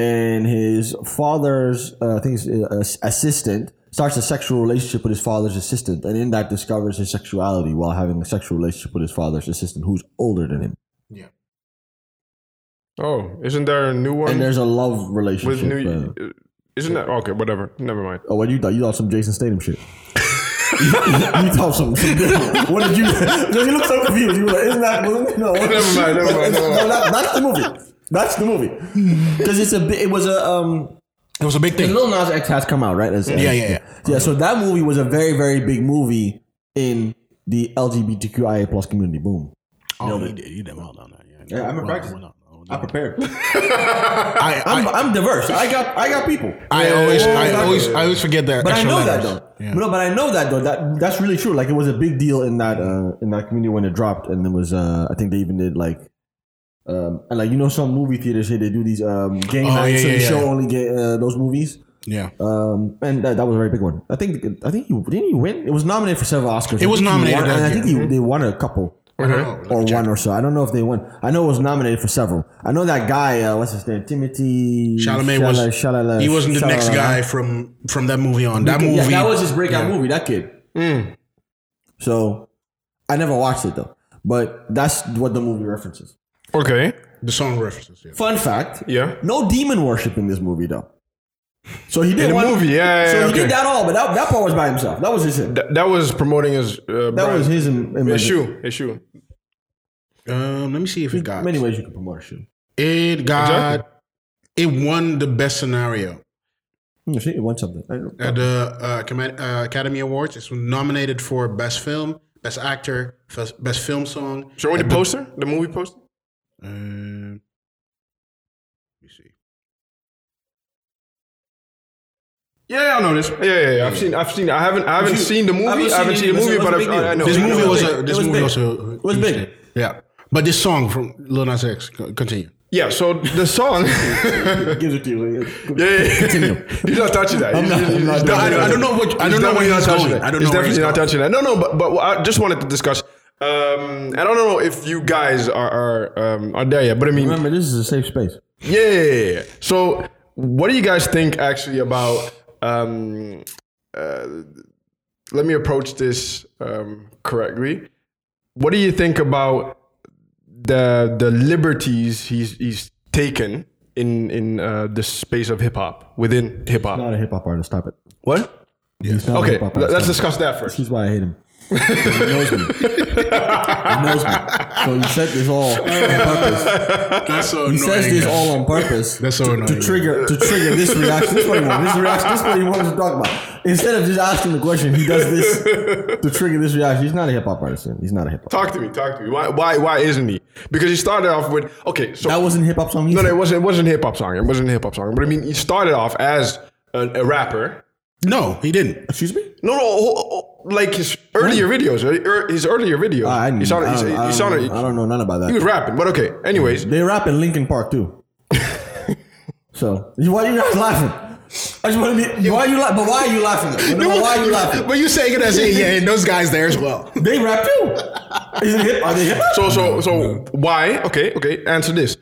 B: And his father's, uh, I think, his, uh, ass- assistant starts a sexual relationship with his father's assistant. And in that discovers his sexuality while having a sexual relationship with his father's assistant who's older than him.
C: Oh, isn't there a new
B: And
C: one
B: there's a love
C: with
B: relationship. uh,
C: new? uh, Isn't that okay? Whatever. Never mind.
B: Oh, what you thought? You thought some Jason Statham shit. you thought some. some different. what did you? You look so confused. You were like, isn't that movie? No,
C: Never mind, never mind, never mind.
B: No, that, that's the movie. That's the movie. Because it's a. bi- It was a. Um,
A: It was a big thing.
B: Lil Nas X has come out, right? As-
A: Yeah, yeah, yeah.
B: Yeah. So that movie was a very, very big movie in the LGBTQIA plus community. Boom.
A: Oh, you did. You did well done. Yeah,
B: Yeah, I'm a practice.
A: Well done.
B: I prepared.
A: I, I,
B: I'm, I'm diverse. I got. I got people.
A: I always,
C: yeah,
A: I
C: yeah,
A: always,
C: yeah.
A: I always forget that.
B: But I
A: extra
B: know that
A: letters.
B: though.
A: Yeah.
B: But no, but I know that though. That that's really true. Like it was a big deal in that uh, in that community when it dropped, and it was uh, I think they even did like. Um, and like you know, some movie theaters here they do these um, game
A: Oh, yeah,
B: nights, so
A: yeah,
B: they
A: yeah.
B: show only gay, uh, those movies.
A: yeah,
B: Um, and that, that was a very big one. I think I think he didn't he win. It was nominated for several Oscars.
A: It was
B: I think he
A: nominated
B: won-
A: that
B: and I
A: year.
B: think he, they won a couple.
A: I don't know. Let me
B: or
A: check.
B: one or so. I don't know if they won. I know it was nominated for several. I know that guy. Uh, what's his name? Timothy
A: Chalamet was-
B: Shala- Shalala-
A: He wasn't the next
B: Shalala.
A: guy from from that movie on. That
B: Yeah,
A: movie.
B: that was his breakout movie. That kid.
C: Mm.
B: So I never watched it though, but that's what the movie references.
C: Okay.
A: the song references. Yeah.
B: Fun fact:
C: Yeah.
B: no demon worship in this movie though. So he did
C: In the
B: one
C: movie, yeah, yeah,
B: so
C: yeah,
B: he
C: okay.
B: did that all, but that, that part was by himself. That was his shit. That,
C: That, that was promoting his. Uh, brand.
B: was his. Im-
C: His
B: imagine-
C: shoe. His shoe.
A: Um, let me see if it got.
B: Many ways you can promote a shoe.
A: It got.
C: Exactly.
A: It won the best scenario
B: Hmm, You see, it won something. I don't-
A: at the uh, Academ- uh, Academy Awards. It's nominated for best film, best actor, Fes- best film song.
C: Show me the poster. The movie poster.
A: Um, let me see.
C: Yeah, yeah, I know this. Yeah, yeah, yeah. I've seen. I've seen. I haven't. I haven't
B: you-
C: seen the movie.
B: haven't
C: I haven't
B: seen
C: seen the
B: it,
C: movie,
B: but
C: but
B: it was
C: I've,
B: a big
C: I I
B: deal.
C: know.
A: This
B: It
C: I know
A: movie
B: big.
C: it.
A: was
B: big.
A: a.
B: It
A: This
B: was
A: movie
B: big.
A: was a.
B: It was big.
A: Yeah, but this song from Lil Nas X. Co- Continue.
C: Yeah. So the song. yeah,
B: Gives it to you.
C: yeah, yeah.
B: Continue.
C: he's not touching that. He's-
B: not-
C: he's-
B: I'm not
C: he's
B: doing
C: definitely
B: that.
C: not
A: I don't know what- I
C: he's
A: don't know where
C: definitely
A: he's
C: not touching
A: going.
C: that.
A: I don't
C: He's
A: know where
C: definitely
A: he's
C: not touching that. No, no. But but I just wanted to discuss. Um, I don't know if you guys are are um, are there yet, but I mean,
B: Remember, this is a safe space.
C: Yeah, yeah, yeah, yeah. So, what do you guys think actually about? Um, uh, let me approach this um, correctly. What do you think about the the liberties he's he's taken in in uh, the space of hip hop within hip hop?
B: Not a hip hop artist. Stop it.
C: What?
B: He's not a
C: Okay,
B: hip-hop
C: let-
B: artist. Stop
C: let's
B: it.
C: discuss that first.
B: He's why I hate him. He knows me. He knows me. So he said this all on purpose.
A: That's so
B: He says this all on purpose
A: That's so
B: to,
A: annoying.
B: to trigger to trigger this reaction. This is what he wants. This reaction. This is what he wants to talk about. Instead of just asking the question, he does this to trigger this reaction. He's not a hip hop artist. man. He's not a hip hop.
C: Talk to me. Talk to me. Why? Why? Why isn't he? Because he started off with okay. So
B: That wasn't hip hop song.
C: no, no, it wasn't. It wasn't a hip hop song. It wasn't a hip hop song. But I mean, he started off as a, a rapper.
A: No, he didn't.
B: Excuse me.
C: No, no, oh, oh, oh, like his earlier videos, er, er, his earlier videos.
B: I, I,
C: he sounded,
B: I,
C: he,
B: don't,
C: he
B: I,
C: sounded,
B: don't, I don't know none about
C: he
B: that.
C: was rapping, but okay. Anyways,
B: They rap in Lincoln Park too. so you- why are you guys laughing? I just want to be. Why are you laughing? But why are you laughing? though? No, why are you laughing?
A: But you saying it as a yeah, and those guys there as well.
B: They rap too. Is it hip? Are they hip?
C: so so so why? Okay, okay. Answer this.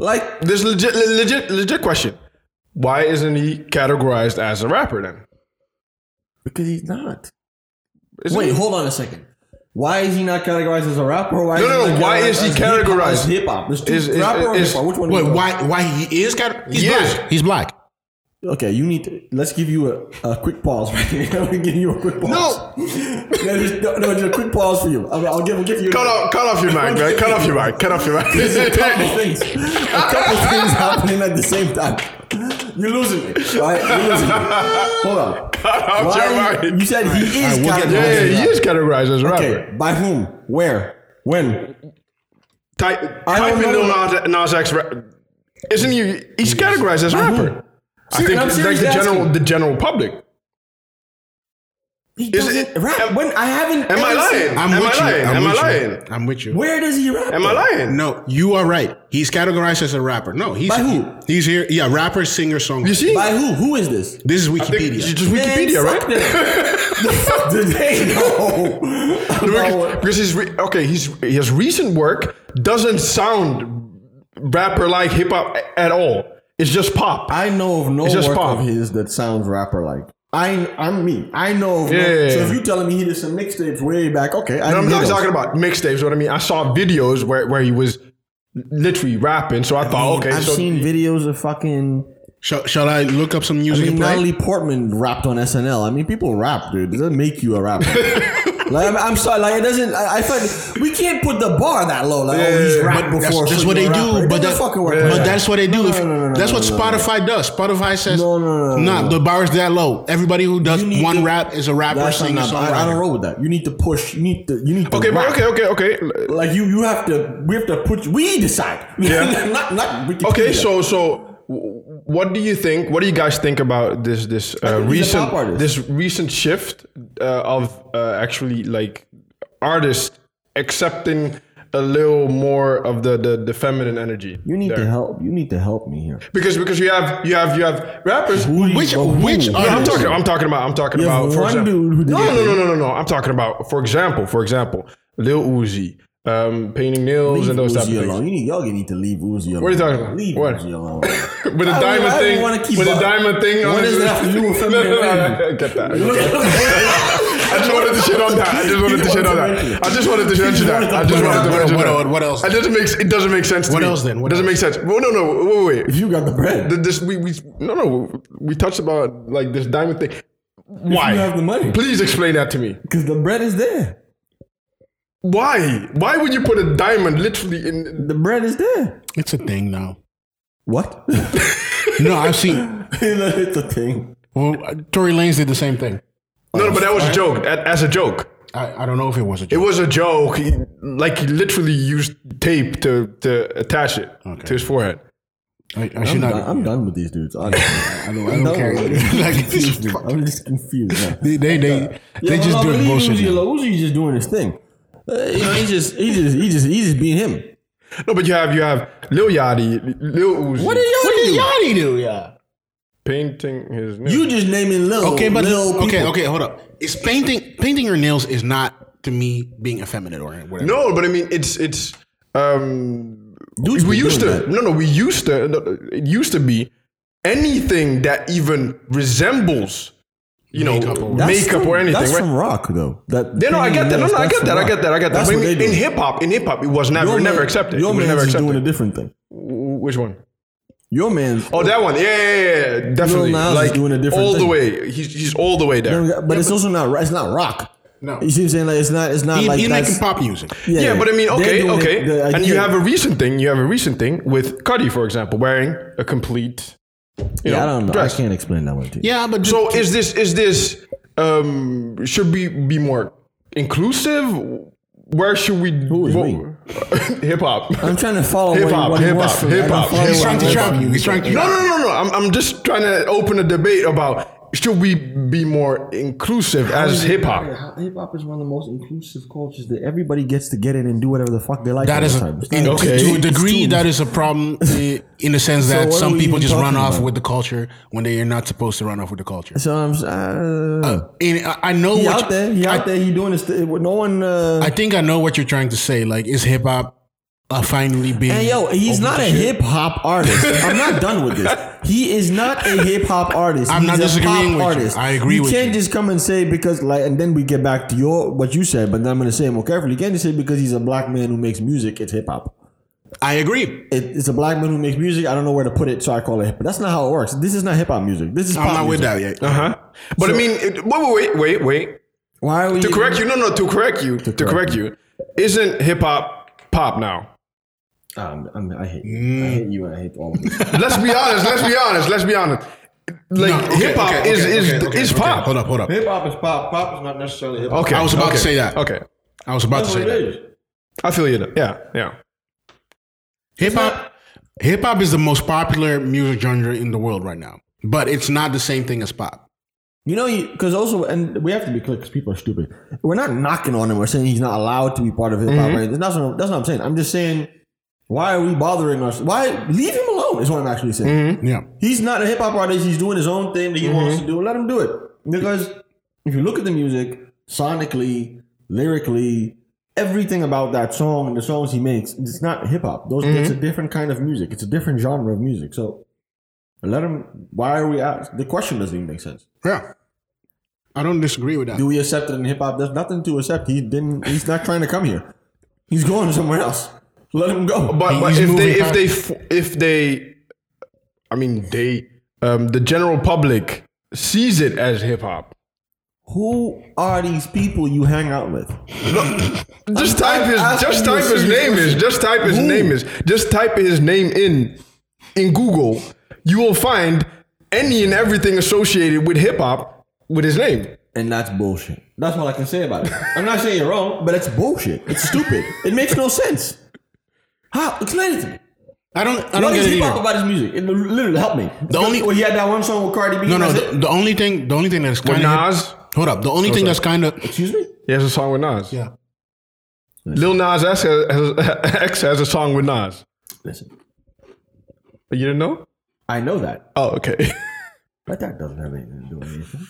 B: Like
C: This legit, le- legit, legit question. Why isn't he categorized as a rapper then?
B: because he's not.
C: Isn't
B: Wait,
C: he-
B: hold on a second. Why is he not categorized as a rapper? Why
C: No, no,
B: not
C: no, why is he
B: categorized as
C: categorized?
B: hip hop? There's two
C: Is- is-
B: rapper or
C: is-
B: hip hop. Which one? do
A: Wait,
B: you want?
A: why? Why he is got? He's
C: He
A: black.
C: is.
A: He's black.
B: Okay, you need. To, let's give you a, a quick pause. Right here. I'm give you a quick pause. No, just, no, no, just a quick pause for you. I'll, I'll give. I'll give you.
C: Cut off, cut off your mic, man. Cut off your mic. Cut off your mic.
B: There's a couple things. A couple things happening at the same time. You're losing me. Right? You're losing me. Hold on.
C: Cut off
B: Why-
C: your
B: you
C: mic.
B: said he is
A: we'll get-
B: categorized.
C: Yeah, yeah,
B: as
C: he
B: rapper.
C: is categorized as a rapper.
B: Okay, by whom? Where? When?
C: Type,
B: I
C: type
B: don't
C: in
B: know.
C: Lil Nas, Nas X. Rap. Isn't he? He's categorized as a rapper. I think
B: I'm
C: it's like
B: seriously
C: the general,
B: asking.
C: the general public.
B: He
C: Is
B: doesn't
C: it-
B: rap.
C: am-
B: when I haven't.
C: Am I
B: ever seen-
C: lying?
A: I'm
C: am
A: with
C: I lying?
A: you. I'm
C: am I
A: with you.
C: lying?
A: I'm with you.
B: Where does he rap?
C: Am I
B: though?
C: lying?
A: No, you are right. He's categorized as a rapper. No, he's
B: By who?
A: He's here. Yeah, rapper, singer,
C: You
A: songwriter.
C: see?
B: By who? Who is this?
A: This is
C: It's
A: Wikipedia.
C: just
B: Man,
C: Wikipedia, right?
B: fuck them. Do they know? about
C: Because-
B: what-
C: Because his re- okay, his his recent work doesn't sound rapper like hip hop a- at all. It's just pop.
B: I know of no
C: It's just
B: work
C: pop.
B: of his that sounds rapper like. I I'm me. I know. Of no-
C: Yeah.
B: so if you telling me he did some mixtapes way back, okay. I
C: And I'm
B: didn't
C: not
B: hear those.
C: talking about mixtapes. What I mean, I saw videos where, where he was literally rapping. So I thought, okay,
B: I've
C: so
B: seen videos of fucking
A: Shall, shall I look up some
B: I
A: music
B: mean,
A: and play?
B: Natalie Portman rapped on SNL. I mean, people rap, dude. It doesn't make you a rapper. like, I'm, I'm sorry. Like, it doesn't. I, I felt we can't put the bar that low. Like, oh, he's
A: But
B: rapped
A: that's,
B: before.
A: that's
B: so
A: what they
B: you're a rapper.
A: do.
B: It
A: But,
B: doesn't
A: that-
B: fucking work.
A: but
B: like
A: that's what they do. If-
B: no, no, no, no,
A: that's what
B: no, no,
A: Spotify does. Spotify says,
B: No, no, no, no,
A: nah, the bar is that low. Everybody who does
B: You need
A: one
B: to-
A: rap is a
B: that.
A: rapper,
B: That's not-
A: singer, songwriter.
B: I, I don't roll with that. You need to push. You need to. You need to.
C: okay,
B: rap.
C: but okay, okay, okay.
B: Like you, you have to. We have to put. We decide.
C: Yeah.
B: not not. Wikipedia.
C: Okay, so so w- what do you think? What do you guys think about this this uh,
B: he's a
C: recent
B: pop artist.
C: this recent shift uh, of uh, actually like artists accepting a little more of the the, the feminine energy?
B: you need to help. You need to help me here.
C: because because you have you have you have rappers.
A: Which
B: But who?
A: which
C: No, I'm
A: artist?
C: talking. I'm talking about. I'm talking
B: You have
C: about. For
B: one
C: example,
B: dude who did
C: no,
B: it.
C: no, no, no, no, no. I'm talking about. For example, for example, Lil Uzi, um, painting nails
B: Leave
C: and those type of
B: Uzi
C: things.
B: alone. You need y'all need to leave Uzi alone.
C: What are you talking about?
B: Leave
C: What?
B: Uzi alone.
C: With the
B: I don't-
C: diamond
B: I don't
C: thing,
B: wanna keep
C: with the
B: up.
C: diamond thing.
B: What
C: on
B: does
C: it.
B: it have to do with
C: No, no, no,
B: feminine
C: I get that. I get that. I just wanted to shit on that. I just wanted to shit on that. I just wanted to shit on that. I just wanted to
A: What-
C: mention
A: what-
C: that.
A: what else?
C: It doesn't make. It doesn't make sense. To
A: What
C: me.
A: else then? What
C: doesn't make sense. Well, no, no. Wait, wait, wait.
B: if you got the bread,
C: Th- This we we no no. We touched about like this diamond thing.
B: you have
C: Why?
B: the money
C: Please explain that to me.
B: because the bread is there.
C: Why? Why would you put a diamond literally in?
B: The bread is there.
A: It's a thing now.
B: What?
A: No, I've seen.
B: it's a thing.
A: Well, Tory Lanez did the same thing.
C: No, no, but that was a joke. a- As a joke.
A: I, I don't know if it was a
C: It
A: joke.
C: was a joke. He, like he literally used tape to to attach it to his forehead.
A: I, I
B: I'm,
A: should not.
B: done, I'm done with these dudes. Honestly. I don't,
A: I don't care. Like,
B: I'm, just,
A: fuck.
B: I'm just confused. Now.
A: they they they,
B: Yeah,
A: they
B: but
A: just
B: no,
A: doing
B: but
A: bullshit.
B: Uzi,
A: now.
B: Uzi just doing his thing. Uh, you know, he just, he just, he just, he just being him.
C: No, but you have you have Lil Yachty, Lil Uzi
B: What did y'all do?
A: Yachty do? Yeah.
C: painting his nails.
B: you just naming little.
A: Okay, but
B: little people.
A: okay, okay, hold up. It's painting painting your nails is not to me being effeminate or whatever.
C: no, but I mean it's it's um
B: Dudes
C: we
B: be
C: used to
B: doing that.
C: no no we used to no, it used to be anything that even resembles you know
A: Makeup
C: makeup
A: or-
C: or,
B: That's from-
C: anything
B: That's
C: right.
B: from rock though. That
C: yeah, no, I
B: painting
C: get that. No,
B: nails,
C: no, I
B: that's
C: get
B: from
C: that. I
B: rock.
C: get that. I get that.
B: That's
C: But
B: what
C: in,
B: they do.
C: hip hop, in hip hop, it was never,
B: Your
C: never
B: man-
C: accepted.
B: Your
C: it was never
B: man's is
C: accepted.
B: doing a different thing.
C: Which one?
B: Your man's.
C: Oh, that one. Yeah, yeah, yeah, yeah. Definitely.
B: Nas is
C: like
B: doing a different
C: all the
B: thing.
C: way. He's he's all the way there.
B: but it's also not. ro- It's not rock.
A: No.
B: You see what I'm saying? Like it's not. It's not
A: He,
B: like
A: he's making
B: that's-
A: pop music.
C: Yeah, but I mean,
B: They're
C: okay,
B: doing it-
C: okay.
B: the
C: and you
B: idea-
C: have a recent thing. You have a recent thing with Cuddy, for example, wearing a complete. You
B: Yeah,
C: know,
B: I don't know.
C: Dress.
B: I can't explain that one to you.
A: Yeah, but
C: So is this is this um should we be more inclusive? Where should we?
B: is
C: Hip hop.
B: I'm trying to follow
C: Hip
B: what
C: hop,
B: he- what he
C: hip
B: wants
C: hop,
B: from me. I
C: hip
B: don't
C: hop.
B: follow
A: he's
B: what
A: trying
B: he
A: to
B: wants
A: trap
B: from
A: you.
B: me.
A: He's trying to
C: No,
A: trap
C: no, no, no. I'm, I'm just trying to open a debate about should we be more inclusive as hip hop?
B: Hip hop is one of the most inclusive cultures that everybody gets to get in and do whatever the fuck they like.
A: That
B: all
A: is
B: the
A: a,
B: time. It's
A: in-
B: not-
C: Okay.
A: to a degree
B: It's too-
A: that is a problem i- in the sense that
B: what are
A: some
B: we
A: people
B: even
A: just run
B: talking
A: off
B: about?
A: with the culture when they are not supposed to run off with the culture.
B: So I'm. s- Uh,
A: And I, I know
B: he
A: what
B: out there. He
A: I,
B: out there. He doing his. Th- with no one. Uh,
A: I think I know what you're trying to say. Like, is hip hop uh, finally being?
B: And yo, he's
A: open
B: not
A: to
B: a
A: shit?
B: hip hop artist. I'm not done with this. He is not a hip hop artist.
A: I'm
B: He's
A: not
B: a
A: disagreeing
B: pop
A: with you. I agree
B: you
A: with
B: can't
A: you.
B: just come and say because like, and then we get back to your what you said. But then I'm gonna say it more carefully. You can't just say because he's a black man who makes music, it's hip hop.
A: I agree.
B: It, it's a black man who makes music. I don't know where to put it, so I call it hip. But that's not how it works. This is not hip hop music. This is
A: I'm
B: pop
A: not with
B: music.
A: that yet.
C: Uh huh. But I mean, it, wait, wait, wait, wait, wait.
B: Why are we
C: To correct you, no, no. To correct you, to,
B: correct
C: correct you, isn't hip hop pop now?
B: Um, I'm, I hate you.
A: Mm.
B: I hate you. And I hate all of this.
C: Let's be honest. Let's be honest. Let's be honest. Like
A: No, okay,
C: hip hop
A: okay,
C: is
A: okay,
C: is
A: okay, okay,
C: is
A: okay.
C: pop.
A: Hold up, hold up.
B: hip hop is pop. Pop is not necessarily hip hop.
C: Okay,
A: I was about to say
C: okay,
A: that.
C: Okay,
A: I was about to
B: That's
A: say
B: what
A: that.
B: it is.
C: I feel you. Though. Yeah, yeah.
A: Hip hop, hip hop is the most popular music genre in the world right now, but it's not the same thing as pop.
B: You know, because also, and we have to be clear because people are stupid. We're not knocking on him. We're saying he's not allowed to be part of hip hop. right? That's, not, that's not what I'm saying. I'm just saying, why are we bothering us? Why leave him alone? Is what I'm actually saying.
A: Yeah,
B: He's not a hip hop artist. He's doing his own thing that he wants to do. Let him do it. Because if you look at the music, sonically, lyrically, everything about that song and the songs he makes, it's not hip hop. Those it's a different kind of music. It's a different genre of music. So let him. Why are we? Asked? The question doesn't even make sense.
A: yeah. I don't disagree with that.
B: Do we accept it in hip hop? There's nothing to accept. He didn't. He's not trying to come here. He's going somewhere else. Let him go.
C: But, but
A: He's
C: if they
A: moving
C: if they f- if they, I mean they, um, the general public sees it as hip hop.
B: who are these people you hang out with?
C: Just type his
B: asking
C: just
B: you a
C: type his
B: serious
C: name is
B: question.
C: just type his
B: Who?
C: name is just type his name in in Google. You will find any and everything associated with hip hop with his name.
B: And that's bullshit. That's all I can say about it. I'm not saying you're wrong, but it's bullshit. It's stupid. it makes no sense. How? Explain it to me.
A: I don't. I
B: What
A: don't get
B: is
A: it
B: hip hop
A: either.
B: about his music? It, literally, help me. The
A: only-
B: well, he had that one song with Cardi B.
A: No,
B: and
A: no.
B: that's it.
A: The, the only thing, the only thing that's
C: With
A: kind of
C: Nas,
A: hold up. The only thing that's kind of
B: Excuse me.
C: he has a song with Nas.
A: yeah.
C: Lil Nas X has, has, X has a song with Nas.
B: Listen,
C: You didn't know?
B: I know that,
C: Oh, okay.
B: but that doesn't have anything to do with anything.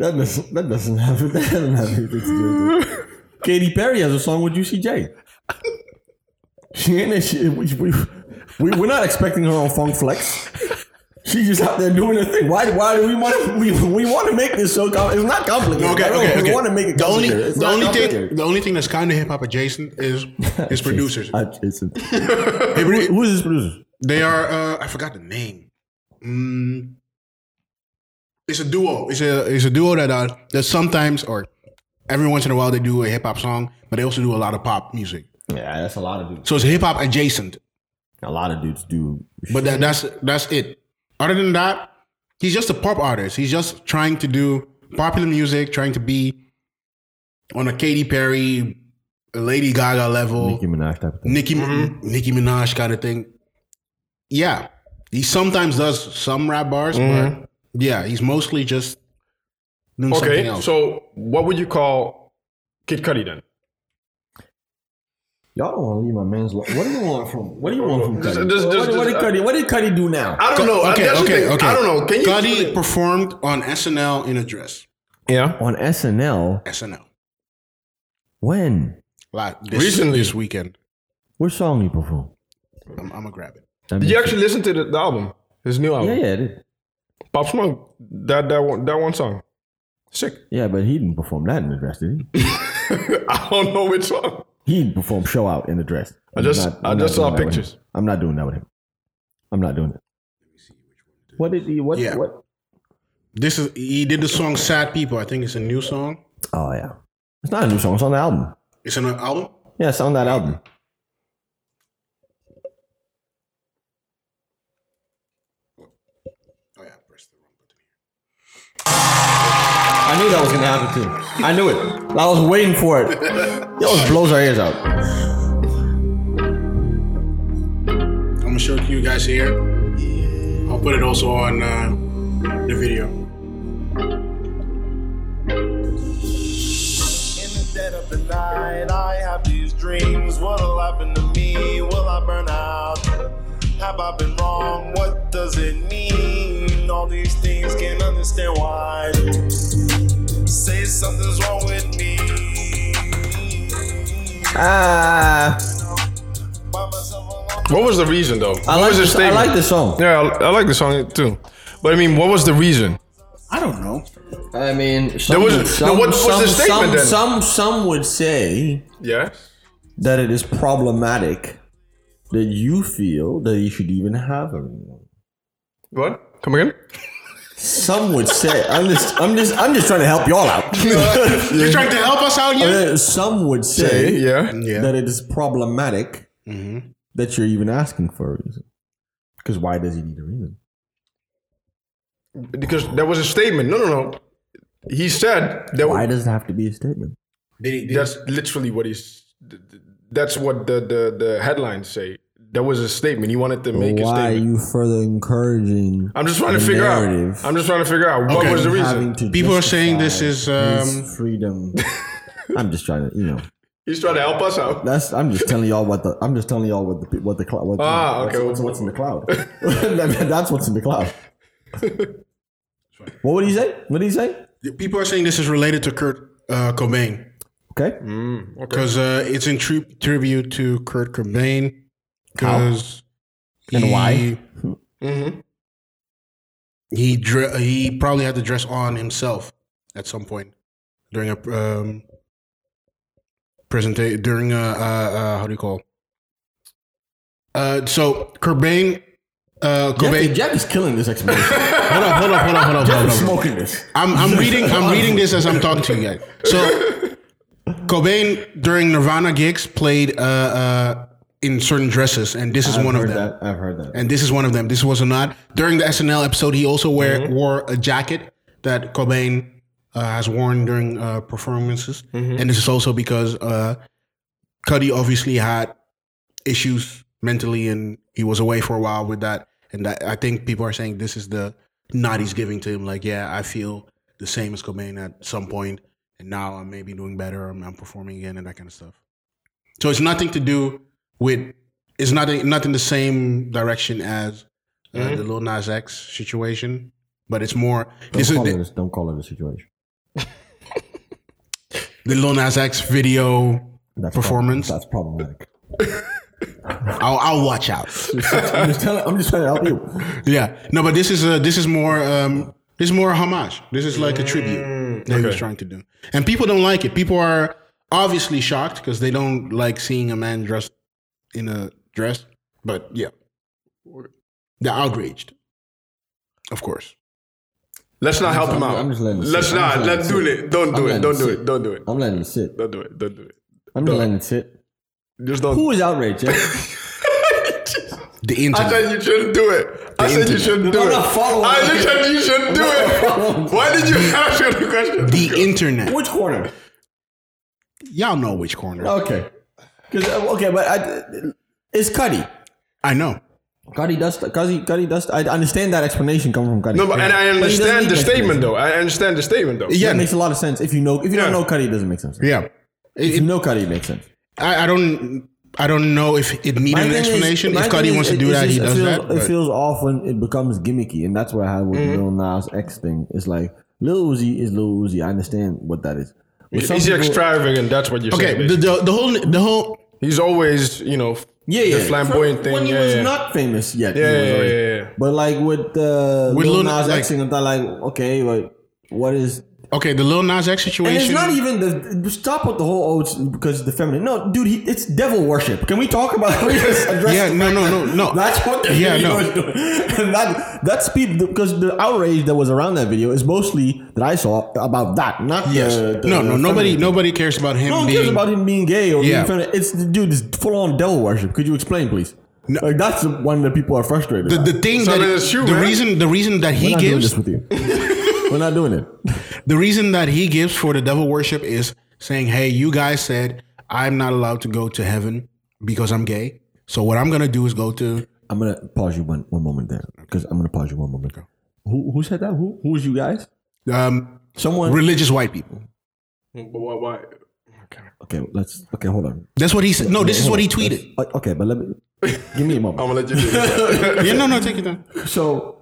B: That doesn't that doesn't have that doesn't have anything to do with it. Katy Perry has a song with UCJ. She ain't it. She, we, we, we, we're not expecting her on Funk Flex. She's just out there doing her thing. Why? Why do we want? We, we want to make this so com- It's not complicated.
A: Okay,
B: I don't-
A: okay,
B: We
A: okay.
B: want to make it
A: The only,
B: complicated. It's
A: the
B: not
A: only thing,
B: complicated.
A: the only thing that's kind of hip hop adjacent is his producers.
B: Uh, Jason. Hey, who is this producer?
A: They are. Uh, I forgot the name. Mm, it's a duo. It's a it's a duo that uh, that sometimes or every once in a while they do a hip hop song, but they also do a lot of pop music.
B: Yeah, that's a lot of dudes.
A: So it's hip hop adjacent.
B: A lot of dudes do.
A: But that that's that's it. Other than that, he's just a pop artist. He's just trying to do popular music, trying to be on a Katy Perry, Lady Gaga level.
B: Nicki Minaj type of thing.
A: Nicki,
C: Mm-hmm.
A: Nicki Minaj kind of thing. Yeah, he sometimes does some rap bars, but yeah, he's mostly just doing something
C: Mm-hmm. Okay,
A: else.
C: so what would you call Kid Cudi then?
B: Y'all don't want to leave my man's. Lo- what do you want from? What do you want from
C: Just-
B: Cudi?
C: just-
B: What-
C: just- uh,
B: what, did
C: just-
B: Cudi? What did Cudi do now?
C: I don't know.
A: okay,
C: That's the
A: okay,
C: thing.
A: okay.
C: I don't know. Can you?
A: Cudi performed on SNL in a dress.
C: yeah.
B: On SNL,
A: SNL
B: when?
A: like this,
C: Recently.
A: this weekend.
B: Which song he performed?
A: I'm, I'm gonna grab it.
B: That
C: Did
B: makes-
C: you actually Oh. listen to the, the album? His new album.
B: Yeah, yeah, I did.
C: Pop Smoke. That that one that one song. Sick.
B: Yeah, but he didn't perform that in the dress, did he?
C: I don't know which song.
B: He didn't perform show out in the dress.
C: I just- I just
B: doing
C: saw
B: that with him.
C: pictures.
B: I'm not doing that with him. I'm not doing it. What did he? What?
A: Yeah.
B: What?
A: This is he did the song "Sad People." I think it's a new song.
B: Oh yeah, it's not a new song. It's on the album.
A: It's on an album.
B: Yeah, it's on that album.
A: Oh yeah, I pressed the wrong button.
B: I knew that was gonna happen too. I knew it. I was waiting for it. It always blows our ears out.
A: I'm gonna show it to you guys here. I'll put it also on uh, the video.
D: In the dead of the night, I have these dreams. What'll happen to me? Will I burn out? Have I been wrong? What does it mean? All these things can't understand why. Say something's wrong with me.
B: Ah,
D: By myself alone.
C: What was the reason though?
B: I
C: what
B: like
C: was his
B: this. I
C: statement?
B: like this song.
C: Yeah, I, I like the song too. But I mean, what was the reason?
A: I don't know.
B: I mean, some,
C: was-
B: would- some,
C: no, what was
B: some,
C: the statement
B: some, some
C: then?
B: some would say
C: Yeah.
B: that it is problematic that you feel that you should even have a ring.
C: What? Come again?
B: Some would say I'm just I'm just I'm just trying to help y'all out.
A: You're trying to help us out here.
B: Uh, some would say
C: Yeah. Mm-hmm.
B: that it is problematic
A: hmm
B: that you're even asking for a reason. Because why does he need a reason?
C: Because that was a statement. No, no, no. He said that.
B: Why does it have to be a statement?
A: Did he, did
C: That's literally what he's. That's what the the the headlines say. That was a statement. He wanted to make a
B: why are
C: statement.
B: you further encouraging?
C: I'm just trying to
B: the
C: figure out.
B: narrative
C: I'm just trying to figure out what
A: Okay.
C: was the reason.
B: having to
A: People are saying this
B: justify
A: is, um,
B: his freedom. I'm just trying to, you know,
C: He's trying to help us out.
B: that's. I'm just telling y'all what the. I'm just telling y'all what the what the cloud. What the-
C: Ah,
B: what's-
C: okay.
B: What's, what's in the cloud? That- that's what's in the cloud. what would he say? What did he say?
A: People are saying this is related to Kurt uh, Cobain
B: Okay.
A: Mm-hmm.
C: Mm,
A: because uh, it's in tri- tribute to Kurt Cobain. Because
B: And why?
C: Mm-hmm.
A: he dre- he probably had to dress on himself at some point during a um, presentation during a, uh uh how do you call? it? Uh, so Cobain, uh,
B: Jeff,
A: Cobain.
B: Jeff is killing this explanation.
A: Hold up! Hold up! Hold up! Hold up!
B: Jeff
A: Hold
B: is
A: up!
B: smoking this.
A: I'm, I'm reading I'm reading this as I'm talking to you guys. So Cobain during Nirvana gigs played uh, uh, in certain dresses, and this is one of
B: heard
A: them.
B: that. I've heard that.
A: And this is one of them. This was not during the SNL episode. He also wear, wore a jacket that Cobain uh, has worn during uh, performances, and this is also because uh, Cuddy obviously had issues mentally, and he was away for a while with that. And that, I think people are saying this is the nod he's giving to him. Like, yeah, I feel the same as Cobain at some point, and now I'm maybe doing better. I'm, I'm performing again, and that kind of stuff. So it's nothing to do with it's nothing not in the same direction as uh, the Lil Nas X situation, but it's more.
B: Don't
A: This is
B: call, it a, don't call it a situation.
A: the Lil Nas X video
B: That's
A: Performance.
B: Prob- that's problematic.
A: I'll, I'll watch out.
B: I'm just telling. I'm just trying to help you.
A: Yeah, no, but this is a, this is more um, this is more a homage. This is like a
B: Mm,
A: tribute that he was trying to do, and people don't like it. People are obviously shocked because they don't like seeing a man dressed in a dress. But yeah, they're outraged, of course.
C: Let's not help him
B: I'm-
C: out.
B: I'm just letting it
C: Let's
B: sit. I'm
C: not.
B: just letting
C: Let's
B: it
C: do
B: sit.
C: it. Don't
B: I'm
C: do it.
B: letting
C: Don't
B: it
C: do
B: sit.
C: it. Don't do it.
B: I'm letting it sit.
C: Don't do it. Don't do it.
B: I'm just letting it sit.
C: Just don't.
B: Who is outraged? Yeah?
A: The
C: I
A: internet.
C: said you shouldn't do it. I said you shouldn't do
B: I'm
C: it.
B: not following.
C: I just said you shouldn't do
B: following.
C: it. Why did you ask her the question?
A: the internet.
B: Which corner?
A: Y'all know which corner.
B: Okay. 'Cause, uh, okay, but I, it's Cuddy.
A: I know.
B: Cuddy does. Cuddy, Cuddy does. I understand that explanation coming from Cuddy.
C: No, but and I
B: he doesn't
C: understand
B: need
C: the
B: that
C: statement though. I understand the statement though.
B: That
A: Yeah,
B: makes a lot of sense. If you know, if you don't
C: Yeah.
B: know Cuddy, it doesn't make sense.
A: yeah.
B: If you know Cuddy, it makes sense.
A: I, I don't. I don't know if it needed
B: My
A: an
B: thing is-
A: explanation.
B: my
A: if
B: thing
A: Cuddy
B: is,
A: wants to
B: it-
A: do
B: it's
A: that, he
B: just-
A: does
B: it feels,
A: that.
B: It
A: but-
B: feels off when it becomes gimmicky, and that's where I had with
C: Mm-hmm.
B: the Lil Nas X thing. It's like Lil Uzi is Lil Uzi. I understand what that is. With some
C: He's
B: people-
C: extravagant. That's what you're saying.
A: okay, the,
C: basically.
A: the, the whole the whole
C: He's always, you know,
B: yeah, yeah,
C: the flamboyant
B: From
C: thing.
B: When he
C: yeah,
B: was
C: yeah.
B: not famous yet, he
C: yeah,
B: was
C: yeah,
B: already-
C: yeah, yeah.
B: But like with uh,
A: With
B: Lil
A: Lil-
B: Nas
A: like-
B: X, and I'm like, okay, like what is?
A: okay the Lil Nas X
B: And it's
A: situation.
B: not even the stop with the whole old because it's the feminine. No, dude, he, it's devil worship. Can we talk about? Can we just address
A: yeah, no, no, no, no.
B: That's what the
A: Yeah,
B: video
A: no.
B: is doing. And that that's people because the outrage that was around that video is mostly that I saw about that, not
A: yes,
B: the, the-
A: no, no.
B: the
A: Nobody,
B: feminine.
A: nobody cares about him
B: No one
A: being.
B: cares about him being gay or
A: Yeah.
B: being feminine. It's the dude, it's full on devil worship. Could you explain, please? Like that's the one that people are frustrated.
A: the,
B: about.
A: the thing
C: So
A: that
C: then it's you,
A: the
C: man.
A: reason the reason that
B: We're
A: he
B: not doing this
A: gives
B: with you. We're not doing it.
A: the reason that he gives for the devil worship is saying, "Hey, you guys said I'm not allowed to go to heaven because I'm gay. So what I'm gonna do is go to
B: I'm gonna pause you one, one moment there because I'm gonna pause you one moment. Who who said that? Who who was you guys?
A: um,
B: Someone.
A: religious white people."
C: But why? why? Okay.
B: Okay, let's. Okay, hold on.
A: That's what he said. No, this is
B: Hold
A: what he
B: on.
A: tweeted.
B: Let's- Okay, but let me give me a moment.
C: I'm gonna let you do this.
A: Yeah, no, no, take it down.
B: so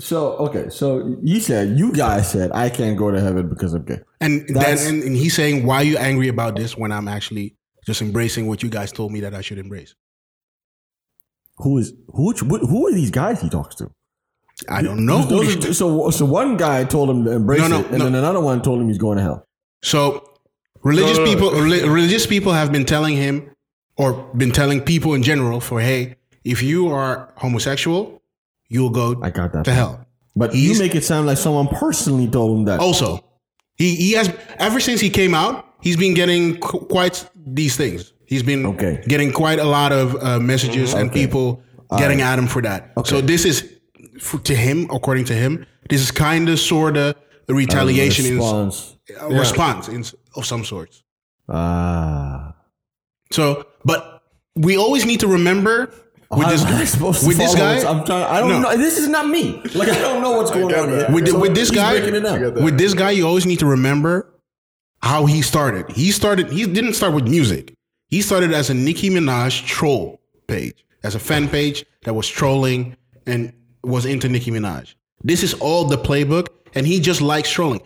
B: so okay so you said you guys said i can't go to heaven because i'm gay
A: And then
B: That's-
A: and, and he's saying, Why are you angry about this when I'm actually just embracing what you guys told me that I should embrace?
B: who is who which, who are these guys he talks to
A: I don't know. who
B: Those
A: this-
B: are- so so one guy told him to embrace
A: No, no,
B: it and
A: no.
B: then another one told him he's going to hell
A: So religious
C: No, no, no.
A: people reli- religious people have been telling him or been telling people in general for hey, if you are homosexual, you'll go
B: i got that
A: to hell.
B: but you
A: He's- Oh,
B: make it sound like someone personally told him that
A: Also, he, he has ever since he came out, he's been getting qu- quite these things. He's been
B: Okay.
A: getting quite a lot of uh, messages and people getting at him for that. So this is f- to him, according to him, this is kind of sort of a retaliation in uh,
B: response
A: response in, s- of some sorts.
B: ah
A: So, but we always need to remember with
B: How
A: this
B: am I supposed to
A: with this
B: follow
A: guy.
B: this? I'm trying. I don't
A: No.
B: know. This is not me. Like I don't know what's going
C: got
B: on
C: that.
B: here.
A: With the- with this
B: he's
A: guy-
B: breaking it
C: I
B: up.
C: got that.
A: with this guy, you always need to remember how he started. He started. He didn't start with music. He started as a Nicki Minaj troll page, as a fan page that was trolling and was into Nicki Minaj. This is all the playbook, and he just likes trolling.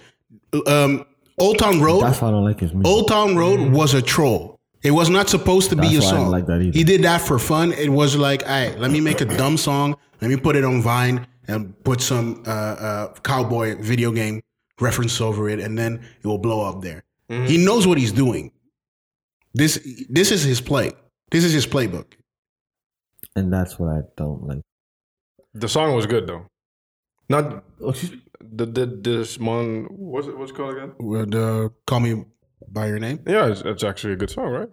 A: Um, Old Town Road.
B: That's why I don't like his music.
A: Old Town Road was a troll. It was not supposed to be
B: Mm-hmm. That's
A: a
B: why I didn't
A: song.
B: like that either.
A: he did that for fun. It was like, all right, let me make a dumb song. Let me put it on Vine and put some uh, uh, cowboy video game reference over it, and then it will blow up there. He knows what he's doing. This this is his play. This is his playbook.
B: and that's what I don't like.
C: The song was good though. Not
B: Oh,
C: the, the this one. What's it? What's it called again?
A: Would, uh, call me by your name.
C: Yeah, it's, it's actually a good song, right?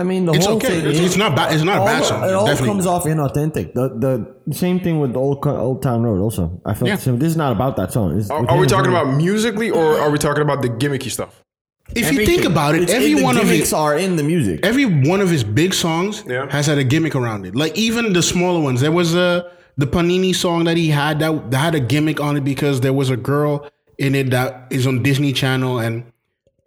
B: I mean, the
A: It's
B: whole
A: okay.
B: thing.
A: It's,
B: is-
A: it's not bad. It's not a
B: all
A: bad
B: the-
A: song.
B: It all
A: Definitely.
B: comes off inauthentic. The the same thing with old Co- old town road. Also, I felt
A: Yeah.
B: so this is not about that song. It's-
C: Are, are we talking about musically or are we talking about the gimmicky stuff?
A: if you think about it,
B: It's
A: every
B: in the
A: one of his
B: gimmicks are in the music.
A: every one of his big songs
C: Yeah.
A: has had a gimmick around it. Like even the smaller ones. There was a the Panini song that he had that, that had a gimmick on it because there was a girl in it that is on Disney Channel and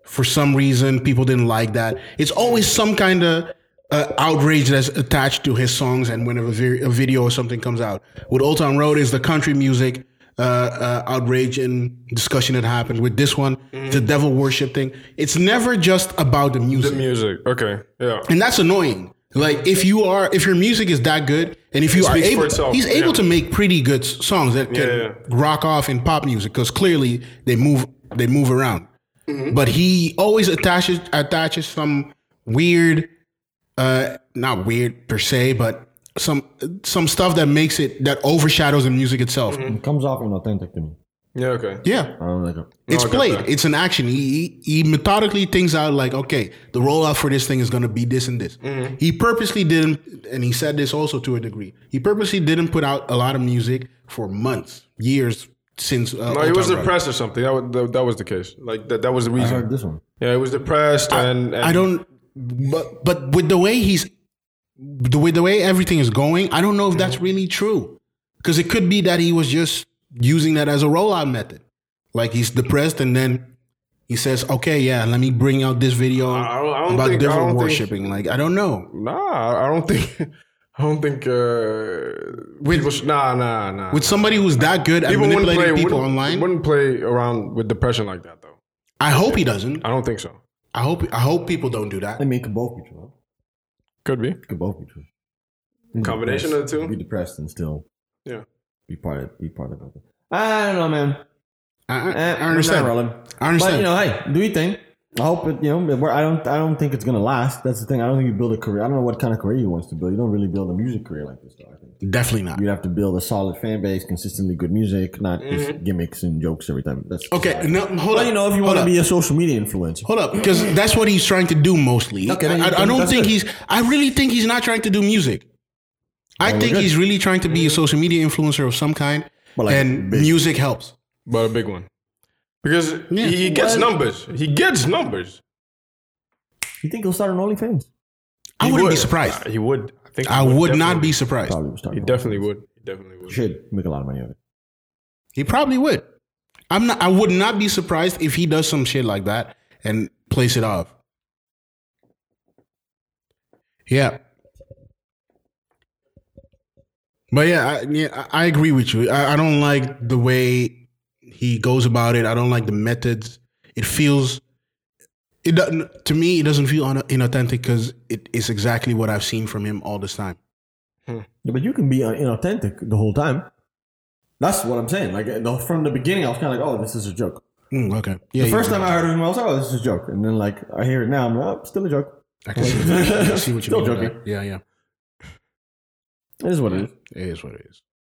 A: for some reason people didn't like that. It's always some kind of uh, outrage that's attached to his songs and whenever vi- a video or something comes out. With Old Town Road is the country music. uh, uh, outrage and discussion that happened with this one, the devil worship thing. It's never just about the music.
C: The music. Okay. Yeah.
A: and that's annoying. Like if you are, if your music is that good, and if you are
C: speaks for
A: able,
C: itself,
A: he's able
C: yeah.
A: to make pretty good s- songs that can
C: Yeah, yeah.
A: rock off in pop music because clearly they move, they move around.
C: Mm-hmm.
A: But he always attaches attaches some weird, uh, not weird per se, but some some stuff that makes it that overshadows the music itself.
C: Mm-hmm.
B: It comes off inauthentic to me.
C: Yeah. Okay.
A: Yeah,
B: I don't like it.
A: it's
C: I got
A: played.
C: that.
A: It's an action. He, he he methodically thinks out like, okay, the rollout for this thing is gonna be this and this.
C: Mm-hmm.
A: He purposely didn't, and he said this also to a degree. He purposely didn't put out a lot of music for months, years since. Uh,
C: No, he
A: Old
C: was
A: Town Road.
C: depressed or something. That, wa- that that was the case. Like that that was the
B: I
C: reason.
B: heard this one.
C: Yeah, he was depressed and, and
A: Uh-huh. I don't, but but with the way he's, the way the way everything is going, I don't know if that's really true, because it could be that he was just using that as a rollout method. Like he's depressed, and then he says, "Okay, yeah, let me bring out this video
C: I don't- I don't
A: about
C: think- I
A: devil
C: don't think-
A: worshiping." Like I don't know.
C: Nah, I don't think. I don't think. Uh,
A: With-
C: people should, nah, nah, nah.
A: With somebody who's that good at
C: people wouldn't
A: manipulating
C: play.
A: people
C: wouldn't,
A: online,
C: wouldn't play around with depression like that though.
A: I hope he doesn't.
C: I don't think so.
A: I hope I hope people don't do that.
B: I mean, it could both be true.
C: Could be.
B: It could both be true. Be
C: Combination
B: depressed-
C: of the two?
B: Be depressed and still.
C: Yeah.
B: Be part of. Be part of it. I don't know, man.
A: I, I,
B: Eh,
A: I understand.
B: not rolling.
A: I understand.
B: But you know, hey, do your thing. I hope it. You know, we're- I don't. I don't think it's gonna last. That's the thing. I don't think you build a career. I don't know what kind of career you wants to build. You don't really build a music career like this, though. I think
A: Definitely not.
B: you'd have to build a solid fan base, consistently good music, not
C: Mm-hmm.
B: just gimmicks and jokes every time. That's
A: Okay, no, hold
B: But
A: on.
B: you know, if you
A: hold
B: want to
A: up.
B: be a social media influencer,
A: Hold up, because that's what he's trying to do mostly.
B: Okay, then
A: I,
B: you-
A: I- I don't
B: that's
A: think
B: good.
A: he's. I really think he's not trying to do music. I
B: we're
A: think
B: good.
A: he's really trying to be a social media influencer of some kind,
B: But like
A: and
B: big.
A: music helps.
C: But a big one. Because
A: Yeah.
C: he, he gets
A: Well-
C: numbers. He gets numbers.
B: you think he'll start an OnlyFans?
A: I
C: He
A: wouldn't be
C: would.
A: surprised.
C: Uh, he would. I think. he
A: I would not
C: definitely.
A: be surprised.
B: Probably will start.
C: He
B: an
C: definitely
B: OnlyFans.
C: would. He definitely would.
B: Should make a lot of money out of it.
A: He probably would. I'm not. I would not be surprised if he does some shit like that and plays it off. Yeah. But yeah, I, yeah, I I agree with you. I, I don't like the way he goes about it. I don't like the methods. It feels, it doesn't to me. It doesn't feel un- inauthentic because it is exactly what I've seen from him all this time.
B: Yeah, but you can be uh, inauthentic the whole time. That's what I'm saying. Like uh, the, from the beginning, I was kind of like, "Oh, this is a joke."
A: Mm, okay. Yeah.
B: The
A: you-
B: first time I heard of him, I was like, "Oh, this is a joke," and then like I hear it now, I'm like, oh, "Still a joke."
A: I can see, I can see what you
B: Still
A: mean. by
B: joking.
A: that. Yeah, yeah.
B: It is what it is.
A: It is what it is.